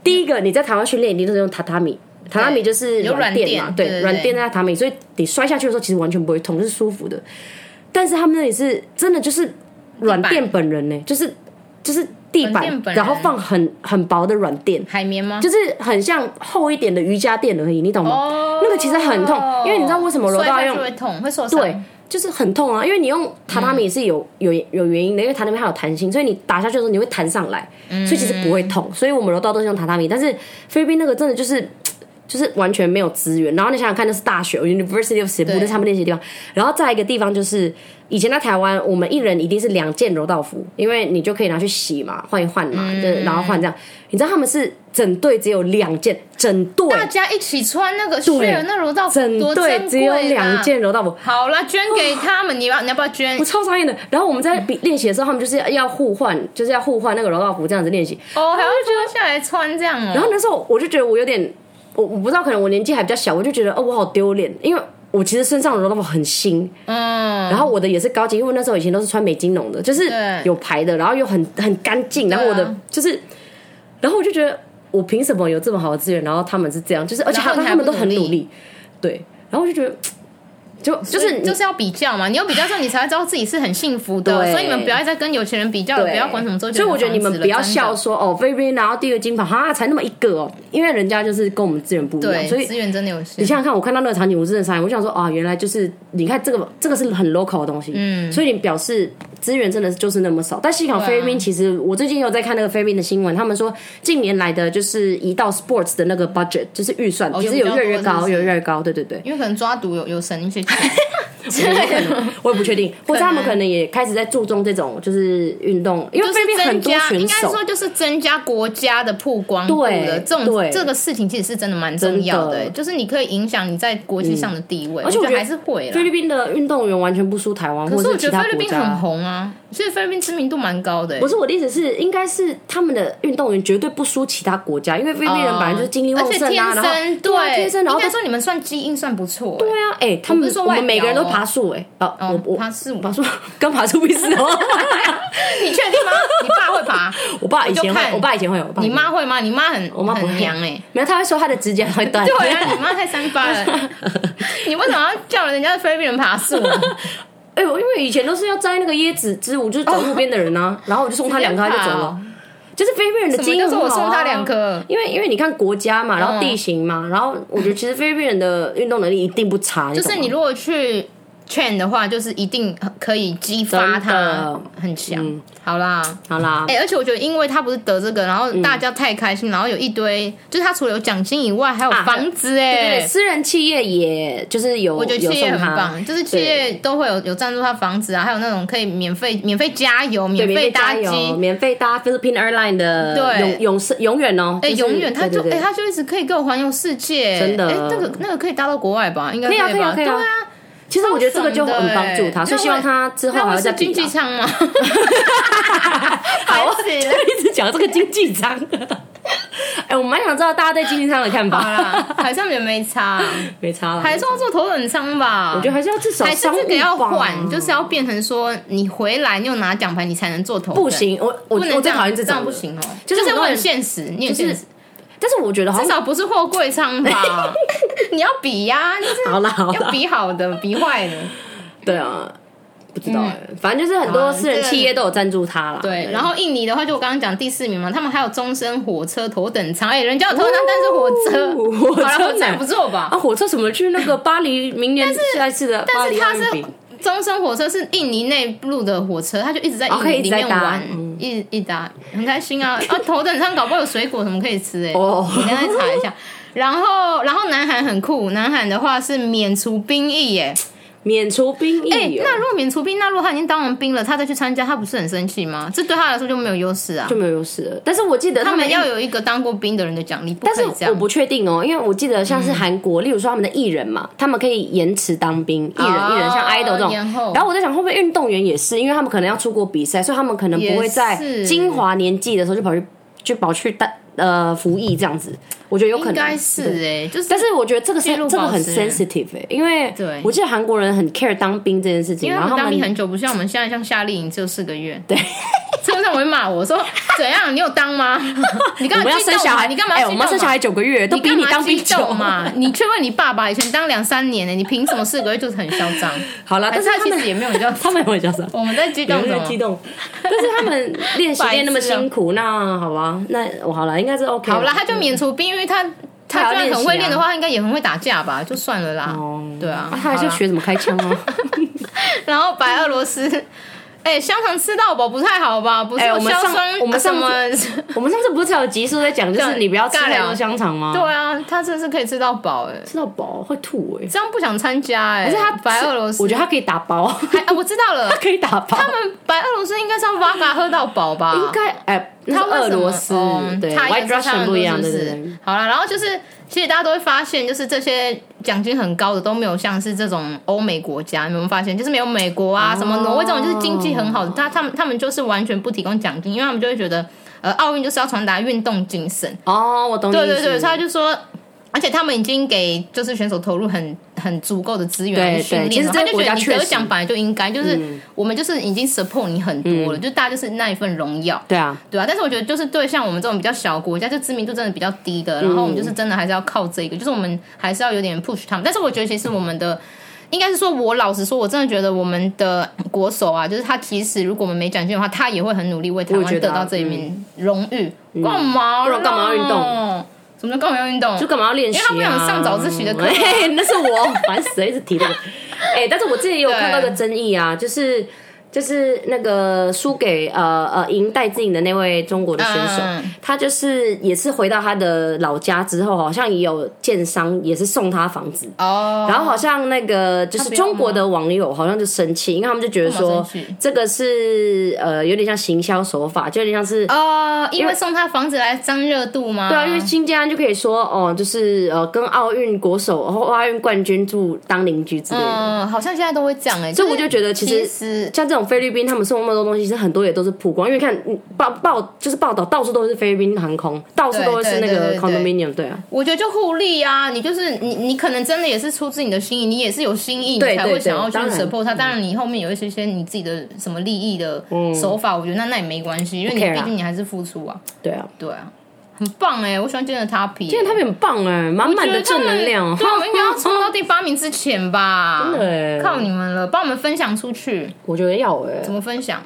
Speaker 2: 第一个，你在台湾训练一定都是用榻榻米，榻榻米就是
Speaker 1: 有软
Speaker 2: 软
Speaker 1: 垫
Speaker 2: 垫嘛，对
Speaker 1: 对对，
Speaker 2: 软垫在榻榻米，所以你摔下去的时候其实完全不会痛，是舒服的。但是他们那里是真的就是软
Speaker 1: 地
Speaker 2: 垫本人呢、就是就是地
Speaker 1: 软
Speaker 2: 板
Speaker 1: 垫，本人
Speaker 2: 然后放很很薄的软垫，
Speaker 1: 海绵吗？
Speaker 2: 就是很像厚一点的瑜伽垫而已，你懂吗？
Speaker 1: 哦
Speaker 2: 那个其实很痛，因为你知道为什么柔
Speaker 1: 摔
Speaker 2: 道
Speaker 1: 下去
Speaker 2: 用
Speaker 1: 会痛，会受伤。
Speaker 2: 对，就是很痛啊，因为你用榻榻米
Speaker 1: 嗯
Speaker 2: 是有、有有原因的，因为榻榻米它有弹性，所以你打下去的时候你会弹上来，
Speaker 1: 嗯
Speaker 2: 所以其实不会痛。所以我们柔道都是用榻榻米，但是菲律宾那个真的就是。就是完全没有资源，然后你想想看，那是大学 University of Cebu，
Speaker 1: 对
Speaker 2: 那是他们练习的地方。然后再一个地方就是，以前在台湾，我们一人一定是两件柔道服，因为你就可以拿去洗嘛，换一换嘛，
Speaker 1: 嗯
Speaker 2: 就是然后换这样。你知道他们是整队只有两件，整队
Speaker 1: 大家一起穿那个 share 那柔道服
Speaker 2: 整
Speaker 1: 多珍
Speaker 2: 队
Speaker 1: 贵啊
Speaker 2: 只有
Speaker 1: 啦
Speaker 2: 两件哦柔道服，
Speaker 1: 好啦，捐给他们，你要你要不要捐
Speaker 2: 我？超傻眼的。然后我们在比练习的时候，他们就是要互换，就是要互换那个柔道服这样子练习。
Speaker 1: 哦，还要捐下来穿这样
Speaker 2: 然
Speaker 1: 哦。
Speaker 2: 后那时候我就觉得我有点，我我不知道，可能我年纪还比较小，我就觉得哦，我好丢脸，因为我其实身上的柔道服很新，
Speaker 1: 嗯，
Speaker 2: 然后我的也是高级，因为那时候以前都是穿美津浓的，就是
Speaker 1: 对
Speaker 2: 有牌的，然后又很很干净，然后我
Speaker 1: 对啊
Speaker 2: 的就是，然后我就觉得我凭什么有这么好的资源，然后他们是这样，就是而且
Speaker 1: 然后
Speaker 2: 他
Speaker 1: 你还
Speaker 2: 他们
Speaker 1: 不
Speaker 2: 都很
Speaker 1: 努力
Speaker 2: 努力，对，然后我就觉得。就就是你
Speaker 1: 就是要比较嘛，你有比较之后，你才会知道自己是很幸福的。
Speaker 2: 对
Speaker 1: 所以你们不要再跟有钱人比较，
Speaker 2: 对，
Speaker 1: 不要管什么周杰
Speaker 2: 所以
Speaker 1: 伦
Speaker 2: 我
Speaker 1: 的房子
Speaker 2: 觉
Speaker 1: 了。
Speaker 2: 得你们不要笑
Speaker 1: 真
Speaker 2: 说哦，菲律宾拿到第一个金牌哈，才那么一个哦，因为人家就是跟我们资源不一
Speaker 1: 的，
Speaker 2: 样，所
Speaker 1: 对，
Speaker 2: 以
Speaker 1: 资。源真的有限
Speaker 2: 你。想想看，我看到那个场景，我真的傻眼。我想说啊，原来就是你看这个，这个是很 local 的东西，嗯，所以你表示资源真的就是那么少。
Speaker 1: 啊
Speaker 2: 但幸好菲律宾，其实我最近有在看那个菲律宾的新闻，他们说近年来的就是移到 sports 的那个 budget，就是预算，
Speaker 1: 哦
Speaker 2: 其实
Speaker 1: 有
Speaker 2: 有
Speaker 1: 比较
Speaker 2: 越来越
Speaker 1: 多是不
Speaker 2: 高，
Speaker 1: 是
Speaker 2: 有越来越高，对对对。
Speaker 1: 因为可能抓赌有有省一些钱，
Speaker 2: 有可能，我也不确定，或者他们可能也开始在注重这种就是运动，因为
Speaker 1: 就
Speaker 2: 菲律
Speaker 1: 是
Speaker 2: 宾很
Speaker 1: 增
Speaker 2: 多
Speaker 1: 加，
Speaker 2: 选
Speaker 1: 应该
Speaker 2: 手
Speaker 1: 说就是增加国家的曝光度
Speaker 2: 对
Speaker 1: 的这
Speaker 2: 对
Speaker 1: 种这个事情，其实是真的蛮重要的、
Speaker 2: 真的嗯
Speaker 1: 就是你可以影响你在国际上的地位，
Speaker 2: 而且我
Speaker 1: 我
Speaker 2: 觉得
Speaker 1: 还是会
Speaker 2: 菲
Speaker 1: 啦。
Speaker 2: 律宾的运动员完全不输台湾或
Speaker 1: 可是
Speaker 2: 者
Speaker 1: 我
Speaker 2: 是
Speaker 1: 觉得
Speaker 2: 其他
Speaker 1: 菲律
Speaker 2: 国
Speaker 1: 宾很
Speaker 2: 家。
Speaker 1: 红啊，所以菲律宾知名度蛮高的、欸。
Speaker 2: 不是我的意思是，应该是他们的运动员绝对不输其他国家，因为菲律宾人本来就是精力旺
Speaker 1: 哦而且
Speaker 2: 盛
Speaker 1: 天
Speaker 2: 啊，然后
Speaker 1: 生
Speaker 2: 对啊天生，然后
Speaker 1: 应该
Speaker 2: 再
Speaker 1: 说你们算基因算不错、欸。
Speaker 2: 对啊，哎、他
Speaker 1: 我不
Speaker 2: 们
Speaker 1: 是说
Speaker 2: 我们
Speaker 1: 外表
Speaker 2: 每个人都
Speaker 1: 哦
Speaker 2: 爬树哎、哦，
Speaker 1: 哦，
Speaker 2: 我我
Speaker 1: 他是
Speaker 2: 爬树跟爬树不是哦，
Speaker 1: 你确定吗？你爸会爬？
Speaker 2: 我 爸以前
Speaker 1: 我就
Speaker 2: 会，
Speaker 1: 看
Speaker 2: 我爸以前会有，我爸以
Speaker 1: 你
Speaker 2: 前会
Speaker 1: 妈会吗？你妈很
Speaker 2: 我妈不会
Speaker 1: 很娘哎、欸。
Speaker 2: 没有，他会说他的指甲会 断，
Speaker 1: 对啊，你妈太三八了，你为什么要叫人家菲律宾人爬树啊？
Speaker 2: 哎呦，因为以前都是要摘那个椰子之舞，就是走路边的人啊，然后我就送他两颗他就走了。就是菲律宾人的
Speaker 1: 哦什
Speaker 2: 基
Speaker 1: 么
Speaker 2: 因
Speaker 1: 叫
Speaker 2: 很
Speaker 1: 做
Speaker 2: 好、啊、
Speaker 1: 我送他两颗？
Speaker 2: 因为因为你看国家
Speaker 1: 嗯
Speaker 2: 嘛，然后地形嘛，然后我觉得其实菲律宾人的运动能力一定不差，
Speaker 1: 就是
Speaker 2: 懂
Speaker 1: 你
Speaker 2: 吗
Speaker 1: 如果去劝的话，就是一定可以激发
Speaker 2: 真的嗯
Speaker 1: 他很强。好啦。
Speaker 2: 好啦，
Speaker 1: 哎、而且我觉得，因为他不是得这个，然
Speaker 2: 嗯
Speaker 1: 后大家太开心，然后有一堆，就是他除了有奖金以外，还有
Speaker 2: 啊
Speaker 1: 房子
Speaker 2: 对对
Speaker 1: 哎、
Speaker 2: 对，私人企业也就是有
Speaker 1: 我觉得
Speaker 2: 有
Speaker 1: 企业
Speaker 2: 送
Speaker 1: 很
Speaker 2: 他，
Speaker 1: 棒，就是企业都会有有赞助他房子啊，还有那种可以免费免费加油、免
Speaker 2: 免
Speaker 1: 费
Speaker 2: 费
Speaker 1: 搭
Speaker 2: 搭
Speaker 1: 机，
Speaker 2: 油，免费搭 Philippine Airline 的
Speaker 1: 对
Speaker 2: 永永世永远哦，
Speaker 1: 哎、
Speaker 2: 就是
Speaker 1: 永远他
Speaker 2: 对
Speaker 1: 就
Speaker 2: 对
Speaker 1: 哎、
Speaker 2: 对
Speaker 1: 他就一直可以给我环游世界，
Speaker 2: 真的
Speaker 1: 哎、那个那个可以搭到国外吧？应该
Speaker 2: 可以啊
Speaker 1: 吧？
Speaker 2: 可以啊可以啊
Speaker 1: 对啊，
Speaker 2: 其实我觉得这个就
Speaker 1: 超爽的
Speaker 2: 很帮助
Speaker 1: 哎
Speaker 2: 他，所以
Speaker 1: 那
Speaker 2: 希望
Speaker 1: 我
Speaker 2: 他之后
Speaker 1: 那
Speaker 2: 还
Speaker 1: 我
Speaker 2: 会再
Speaker 1: 是
Speaker 2: 比
Speaker 1: 经
Speaker 2: 啊
Speaker 1: 济 舱吗？ 好死了。
Speaker 2: 一直讲这个经济舱。 哎、我蛮想知道大家对经济舱的看
Speaker 1: 好
Speaker 2: 法。
Speaker 1: 啦，海上也没差，
Speaker 2: 没差了，
Speaker 1: 海上做头等舱吧。
Speaker 2: 我觉得还是要至少
Speaker 1: 还是
Speaker 2: 商务
Speaker 1: 这个要
Speaker 2: 吧
Speaker 1: 换，就是要变成说你回来你有拿奖牌，你才能做头等。
Speaker 2: 不，行，我我
Speaker 1: 不能
Speaker 2: 我
Speaker 1: 这
Speaker 2: 最
Speaker 1: 样，
Speaker 2: 讨厌这
Speaker 1: 这样
Speaker 2: 种
Speaker 1: 不
Speaker 2: 的。
Speaker 1: 行哦。
Speaker 2: 就是很
Speaker 1: 是
Speaker 2: 多
Speaker 1: 我
Speaker 2: 人
Speaker 1: 很现实，你很
Speaker 2: 就
Speaker 1: 现
Speaker 2: 是
Speaker 1: 实，
Speaker 2: 但是我觉得好
Speaker 1: 至
Speaker 2: 像
Speaker 1: 少不是货柜舱 吧？你要比呀，你是
Speaker 2: 好啦好
Speaker 1: 要
Speaker 2: 啦，
Speaker 1: 比好的，比坏的。
Speaker 2: 对啊，不知道哎、反正就是很多
Speaker 1: 好啊
Speaker 2: 私人
Speaker 1: 这个
Speaker 2: 企业都有赞助他啦。
Speaker 1: 对，然后印尼的话，就我刚刚讲第四名嘛，他们还有终身火车头等舱，哎，人家有头等舱，但是火车，
Speaker 2: 哦火 车
Speaker 1: 好了，火车
Speaker 2: 呢
Speaker 1: 还不错吧？
Speaker 2: 啊，火车怎么去那个巴黎？明年下一次的巴
Speaker 1: 但
Speaker 2: 黎
Speaker 1: 是它
Speaker 2: 奥运
Speaker 1: 是
Speaker 2: 比
Speaker 1: 终身火车，是印尼内陆的火车，它就一直在
Speaker 2: 哦
Speaker 1: 印
Speaker 2: 可以
Speaker 1: 尼
Speaker 2: 一直
Speaker 1: 里
Speaker 2: 在
Speaker 1: 面
Speaker 2: 搭
Speaker 1: 玩，
Speaker 2: 嗯
Speaker 1: 一一搭很开心啊！啊，头等舱搞不好有水果什么可以吃哎、
Speaker 2: 哦
Speaker 1: 我等一下再查一下。然后，然后南韩很酷，南韩的话是免除兵役耶、
Speaker 2: 免除兵
Speaker 1: 哎、
Speaker 2: 役、哦
Speaker 1: 那如果免除兵，那如果他已经当完兵了，他再去参加，他不是很生气吗？这对他来说就没有优势啊
Speaker 2: 就。没有优势了。但是我记得
Speaker 1: 他们
Speaker 2: 一
Speaker 1: 要有一个当过兵的人的奖励，不
Speaker 2: 但
Speaker 1: 可以这
Speaker 2: 是我
Speaker 1: 样。
Speaker 2: 不确定哦，因为我记得
Speaker 1: 嗯
Speaker 2: 像是韩国，例如说他们的艺人嘛，他们可以延迟当兵，艺人
Speaker 1: 哦
Speaker 2: 艺人像 idol 这种
Speaker 1: 延后。
Speaker 2: 然后我在想，会不会运动员也是，因为他们可能要出国比赛，所以他们可能不会在
Speaker 1: 也是
Speaker 2: 精华年纪的时候就跑去就跑去当呃服役这样子，我觉得有可能
Speaker 1: 应该是
Speaker 2: 对
Speaker 1: 哎、就是
Speaker 2: 但是我觉得这个是
Speaker 1: 记录
Speaker 2: 这个
Speaker 1: 保
Speaker 2: 很
Speaker 1: 持人
Speaker 2: sensitive，、欸、因为
Speaker 1: 对
Speaker 2: 我记得韩国人很 care 当兵这件事情，
Speaker 1: 因为他
Speaker 2: 然
Speaker 1: 们
Speaker 2: 后他
Speaker 1: 当
Speaker 2: 们
Speaker 1: 兵很久，不像我们现在像夏令营只有四个月。 对，村长会骂我说：“怎样？你有当 吗？你
Speaker 2: 我
Speaker 1: 干嘛
Speaker 2: 们要
Speaker 1: 激动
Speaker 2: 生小
Speaker 1: 嘛
Speaker 2: 孩，
Speaker 1: 你干嘛
Speaker 2: 哎、
Speaker 1: 要
Speaker 2: 我
Speaker 1: 激
Speaker 2: 们要
Speaker 1: 动
Speaker 2: 生小
Speaker 1: 嘛？
Speaker 2: 孩九个月都
Speaker 1: 你
Speaker 2: 比
Speaker 1: 干
Speaker 2: 你
Speaker 1: 嘛
Speaker 2: 当兵
Speaker 1: 激
Speaker 2: 久
Speaker 1: 动嘛？ 你去问你爸爸，以前当两三年呢，欸你凭什么四个月就很嚣 张？
Speaker 2: 好了，
Speaker 1: 但
Speaker 2: 啊但
Speaker 1: 是
Speaker 2: 是
Speaker 1: 他
Speaker 2: 他
Speaker 1: 其
Speaker 2: 们
Speaker 1: 实也没有比 较，
Speaker 2: 他们会叫什么？
Speaker 1: 我们在激动什
Speaker 2: 有
Speaker 1: 么
Speaker 2: 点？激动，但是他们练习练那么 辛苦，那好吧，那我好了，应该是 OK。
Speaker 1: 好啦，他就免除兵，因为他他
Speaker 2: 他
Speaker 1: 就
Speaker 2: 要
Speaker 1: 算很会
Speaker 2: 练习啊
Speaker 1: 练的话，他应该也很会打架吧？就算了啦。对啊
Speaker 2: 啊，他还
Speaker 1: 好
Speaker 2: 是
Speaker 1: 啦
Speaker 2: 学怎么开枪哦。
Speaker 1: 然后白俄罗斯，哎、香肠吃到饱不太好吧？不是
Speaker 2: 哎
Speaker 1: 有
Speaker 2: 我们
Speaker 1: 硝
Speaker 2: 上
Speaker 1: 酸，
Speaker 2: 我们
Speaker 1: 什
Speaker 2: 上
Speaker 1: 么？
Speaker 2: 我们上次不是 才有集数在讲，就是
Speaker 1: 对
Speaker 2: 你不要吃
Speaker 1: 尬
Speaker 2: 太
Speaker 1: 聊
Speaker 2: 多香肠吗？
Speaker 1: 对，啊，他真的是可以吃到饱哎、
Speaker 2: 吃到饱会吐哎。
Speaker 1: 这样不想参加哎、
Speaker 2: 可是他
Speaker 1: 白俄罗斯，
Speaker 2: 我觉得他可以打包，
Speaker 1: 还、啊、我知道了
Speaker 2: 他，可以打包。
Speaker 1: 他们白俄罗斯应该是要 v o d a 喝到饱吧？
Speaker 2: 应该哎，那是
Speaker 1: 他为
Speaker 2: 俄
Speaker 1: 什么
Speaker 2: 罗斯
Speaker 1: 哦
Speaker 2: 对
Speaker 1: 他也
Speaker 2: ，White
Speaker 1: 是他
Speaker 2: Russian
Speaker 1: 们
Speaker 2: 不一样，
Speaker 1: 都
Speaker 2: 对
Speaker 1: 是
Speaker 2: 对对。
Speaker 1: 好了，然后就是，其实大家都会发现，就是这些奖金很高的都没有像是这种欧美国家，你有没有发现？就是没有美国啊，
Speaker 2: 哦
Speaker 1: 什么挪威这种，就是经济很好的，他他们他们就是完全不提供奖金，因为他们就会觉得，呃，奥运就是要传达运动精神。
Speaker 2: 哦，我懂你意
Speaker 1: 对
Speaker 2: 思。
Speaker 1: 对对，所以他就说。而且他们已经给就是选手投入很很足够的资源
Speaker 2: 对
Speaker 1: 来训
Speaker 2: 对
Speaker 1: 练，
Speaker 2: 其实这
Speaker 1: 他
Speaker 2: 个
Speaker 1: 就
Speaker 2: 国
Speaker 1: 觉
Speaker 2: 家
Speaker 1: 得你
Speaker 2: 确
Speaker 1: 得
Speaker 2: 实嗯
Speaker 1: 奖本来就应该，就是我们就是已经 support 你很多了，就大家就是那一份荣耀。
Speaker 2: 对啊，
Speaker 1: 对啊，但是我觉得就是对像我们这种比较小国家，就知名度真的比较低
Speaker 2: 嗯
Speaker 1: 的，然后我们就是真的还是要靠这个，就是我们还是要有点 push 他们。但是我觉得其实我们的。应该是说，我老实说，我真的觉得我们的国手啊，就是他其实如果我们没奖金的话，他也会很努力为台
Speaker 2: 我也觉
Speaker 1: 湾
Speaker 2: 得啊嗯
Speaker 1: 得到这一面荣誉。干嘛？
Speaker 2: 不然干嘛要运动？
Speaker 1: 什么叫干嘛要运动？
Speaker 2: 就干嘛要练习、啊？
Speaker 1: 因为他不想上早自习的课 啊
Speaker 2: 哎嘿那是我烦死了，一直提那个。哎、但是我之前也有看到一个争议啊，就是就是那个输给呃呃赢戴资颖的那位中国的选手，
Speaker 1: 嗯
Speaker 2: 他就是也是回到他的老家之后，好像也有建商也是送他房子，
Speaker 1: 哦，
Speaker 2: 然后好像那个就是
Speaker 1: 他不要吗
Speaker 2: 中国的网友好像就生气，因为他们就觉得
Speaker 1: 为什么
Speaker 2: 说
Speaker 1: 生气
Speaker 2: 这个是呃有点像行销手法，就有点像是。
Speaker 1: 哦，因为送他房子来tăng 热度吗？
Speaker 2: 对啊，因为新疆就可以说哦，就是呃，跟奥运国手、或奥运冠军住当邻居之类的，
Speaker 1: 嗯，好像现在都会讲哎，
Speaker 2: 所以我就觉得其
Speaker 1: 其
Speaker 2: 实
Speaker 1: 实
Speaker 2: 像这种菲律宾，他们送那么多东西，是很多也都是曝光，因为看嗯报报就是报道，到处都是菲律宾航空，到处都是那个
Speaker 1: 对对对对
Speaker 2: condominium，对啊，
Speaker 1: 我觉得就互利啊，你就是你，你可能真的也是出自你的心意，你也是有心意，你
Speaker 2: 对
Speaker 1: 才
Speaker 2: 对
Speaker 1: 会
Speaker 2: 对
Speaker 1: 想要去
Speaker 2: 当然嗯
Speaker 1: support 他。当然，你后面有一些些你自己的什么利益的手法，我觉得那那也没关系，因为你
Speaker 2: care 啊
Speaker 1: 毕
Speaker 2: 啦
Speaker 1: 竟你还是付出啊，
Speaker 2: 对啊，
Speaker 1: 对啊，很棒哎，我喜欢今天的 Tapi，
Speaker 2: 因为他们很棒哎，满满的正能量哦，
Speaker 1: 对，我 们应啊该要冲到第八名之前吧，
Speaker 2: 真的欸
Speaker 1: 靠你们了，帮我们分享出去，
Speaker 2: 我觉得要哎，
Speaker 1: 怎么分享？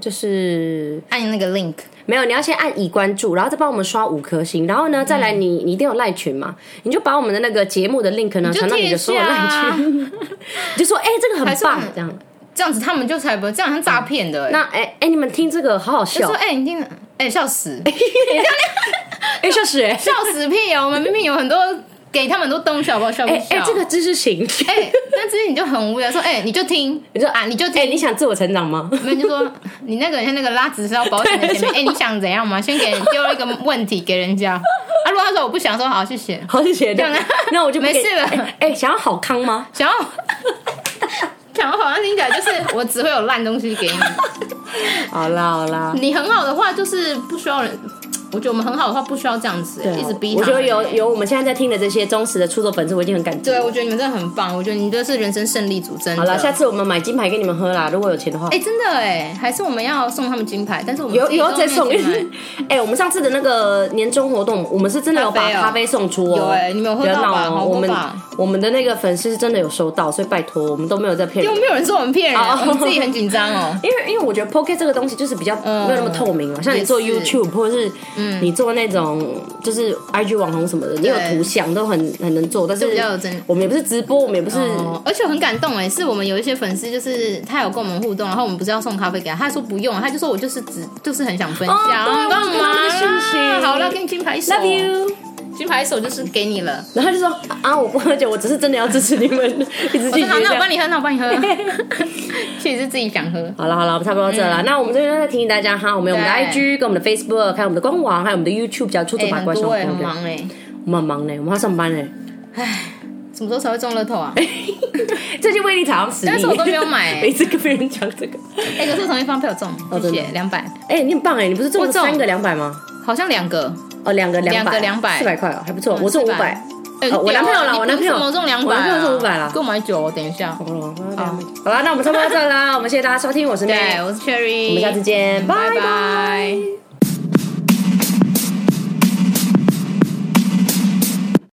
Speaker 2: 就是
Speaker 1: 按那个 link，
Speaker 2: 没有，你要先按已关注，然后再帮我们刷五颗星，然后呢，再来你你一定有赖群嘛，你就把我们的那个节目的 link 呢
Speaker 1: 就
Speaker 2: 传到你的所有
Speaker 1: 贴一下
Speaker 2: 赖
Speaker 1: 啊
Speaker 2: 群，你就说哎，这个很
Speaker 1: 还是我
Speaker 2: 棒
Speaker 1: 们，
Speaker 2: 这样。
Speaker 1: 这样子他们就才不这样很诈骗的欸。
Speaker 2: 那哎哎，你们听这个好好
Speaker 1: 就
Speaker 2: 笑
Speaker 1: 说，哎，你听，哎，笑死。
Speaker 2: 哎笑死哎，
Speaker 1: 笑死屁哦！我们明明有很多给他们很多东西，好不好？笑不
Speaker 2: 哎
Speaker 1: 笑？
Speaker 2: 哎这个知识型，
Speaker 1: 哎、但是你就很无聊，说哎、你就听，
Speaker 2: 你说
Speaker 1: 啊，你就
Speaker 2: 哎
Speaker 1: 听，
Speaker 2: 你想自我成长吗？
Speaker 1: 没有就说你那个人像那个拉直销保险的前面，哎、你想怎样嘛？先给人丢一个问题给人家，啊，如果他说我不想，说好，谢谢，
Speaker 2: 好谢谢，
Speaker 1: 这样啊
Speaker 2: 那我就不
Speaker 1: 没
Speaker 2: 给
Speaker 1: 事了
Speaker 2: 哎、哎想要好康吗？
Speaker 1: 想要。想要好像听起来就是我只会有烂东西给你，
Speaker 2: 好啦好啦，
Speaker 1: 你很好的话就是不需要人，我觉得我们很好的话不需要这样子、一直逼他
Speaker 2: 我
Speaker 1: 们。
Speaker 2: 觉得有有我们现在在听的这些忠实的出走粉丝，我已经很感激。
Speaker 1: 对，我觉得你们真的很棒，我觉得你们这是人生胜利组，真的。
Speaker 2: 好啦，下次我们买金牌给你们喝啦，如果有钱的话。
Speaker 1: 哎、真的哎，还是我们要送他们金牌，但是我们
Speaker 2: 有
Speaker 1: 自己
Speaker 2: 有
Speaker 1: 都
Speaker 2: 再
Speaker 1: 没
Speaker 2: 送，
Speaker 1: 金牌
Speaker 2: 哎、我们上次的那个年终活动，我们是真的有把
Speaker 1: 咖啡哦
Speaker 2: 咖啡送出哦、
Speaker 1: 有哎你们有喝
Speaker 2: 不要
Speaker 1: 到吧
Speaker 2: 闹哦
Speaker 1: 好喝
Speaker 2: 我们
Speaker 1: 吧
Speaker 2: 我们的那个粉丝是真的有收到，所以拜托，我们都没有在骗
Speaker 1: 又
Speaker 2: 人。
Speaker 1: 没有人说我们骗人，
Speaker 2: 哦
Speaker 1: 我们自己很紧张哦。
Speaker 2: 因为因为我觉得 p o c k e t 这个东西就是比较没有那么透明嘛，像你做
Speaker 1: 也是
Speaker 2: YouTube 或者嗯是嗯你做那种就是 IG 网红什么的，你有
Speaker 1: 对
Speaker 2: 图像都很很能做，但是
Speaker 1: 就比较有真
Speaker 2: 我们也不是直播，我们也不 是
Speaker 1: 哦而且我很感动哎，是我们有一些粉丝，就是他有跟我们互动，然后我们不是要送咖啡给他，他说不用，他就说我就是只就是很想分享，
Speaker 2: 哦对
Speaker 1: 很
Speaker 2: 我
Speaker 1: 棒
Speaker 2: 看到
Speaker 1: 嘛
Speaker 2: 这个讯息
Speaker 1: 好了，给你金牌手
Speaker 2: Love you，
Speaker 1: 金牌手就是给你了。
Speaker 2: 然后他就说啊，我不喝酒，我只是真的要支持你们，一直
Speaker 1: 我
Speaker 2: 拒
Speaker 1: 说
Speaker 2: 绝
Speaker 1: 好，哦
Speaker 2: 这
Speaker 1: 那我帮
Speaker 2: 样。
Speaker 1: 你喝，那我帮你 喝。其实是自己想喝。
Speaker 2: 好了好了，差不多到这了。那我们这边再提醒大家哈，我们有我们的
Speaker 1: 对
Speaker 2: IG、跟我们的 Facebook、还有我们的官网，还有我们的 YouTube 叫出走
Speaker 1: 哎，
Speaker 2: 八
Speaker 1: 很
Speaker 2: 卦生
Speaker 1: 多
Speaker 2: 活
Speaker 1: 哎，
Speaker 2: 攻
Speaker 1: 很
Speaker 2: 略。
Speaker 1: 忙哎，
Speaker 2: 我们很忙呢，我们要上班呢。
Speaker 1: 什么时候才会中乐透啊？
Speaker 2: 最近威力彩好像死
Speaker 1: 但是我都没有
Speaker 2: 你，
Speaker 1: 买哎
Speaker 2: 每次跟别人讲这个。
Speaker 1: 哎，可是我同一方票中，
Speaker 2: 哦
Speaker 1: 谢谢两百，
Speaker 2: 哎，你很棒哎，你不是中了
Speaker 1: 我中
Speaker 2: 三个两百吗？
Speaker 1: 好像两个。
Speaker 2: 哦，两个
Speaker 1: 两嗯个
Speaker 2: 百，
Speaker 1: 200
Speaker 2: 四百块哦，还不错。我中五百
Speaker 1: 400，哎
Speaker 2: 哦我男朋友啦
Speaker 1: 对啊
Speaker 2: 我男朋
Speaker 1: 你凭
Speaker 2: 友
Speaker 1: 什么中两百、啊？
Speaker 2: 我男朋友中500啦
Speaker 1: 给我买酒、哦，等一下。
Speaker 2: 哦，好啦，那我们差不多到这啦，我们谢谢大家收听，我是妹，
Speaker 1: 对，
Speaker 2: 我
Speaker 1: 我是 Cherry，
Speaker 2: 们下次见，拜
Speaker 1: 拜
Speaker 2: 拜。
Speaker 1: 拜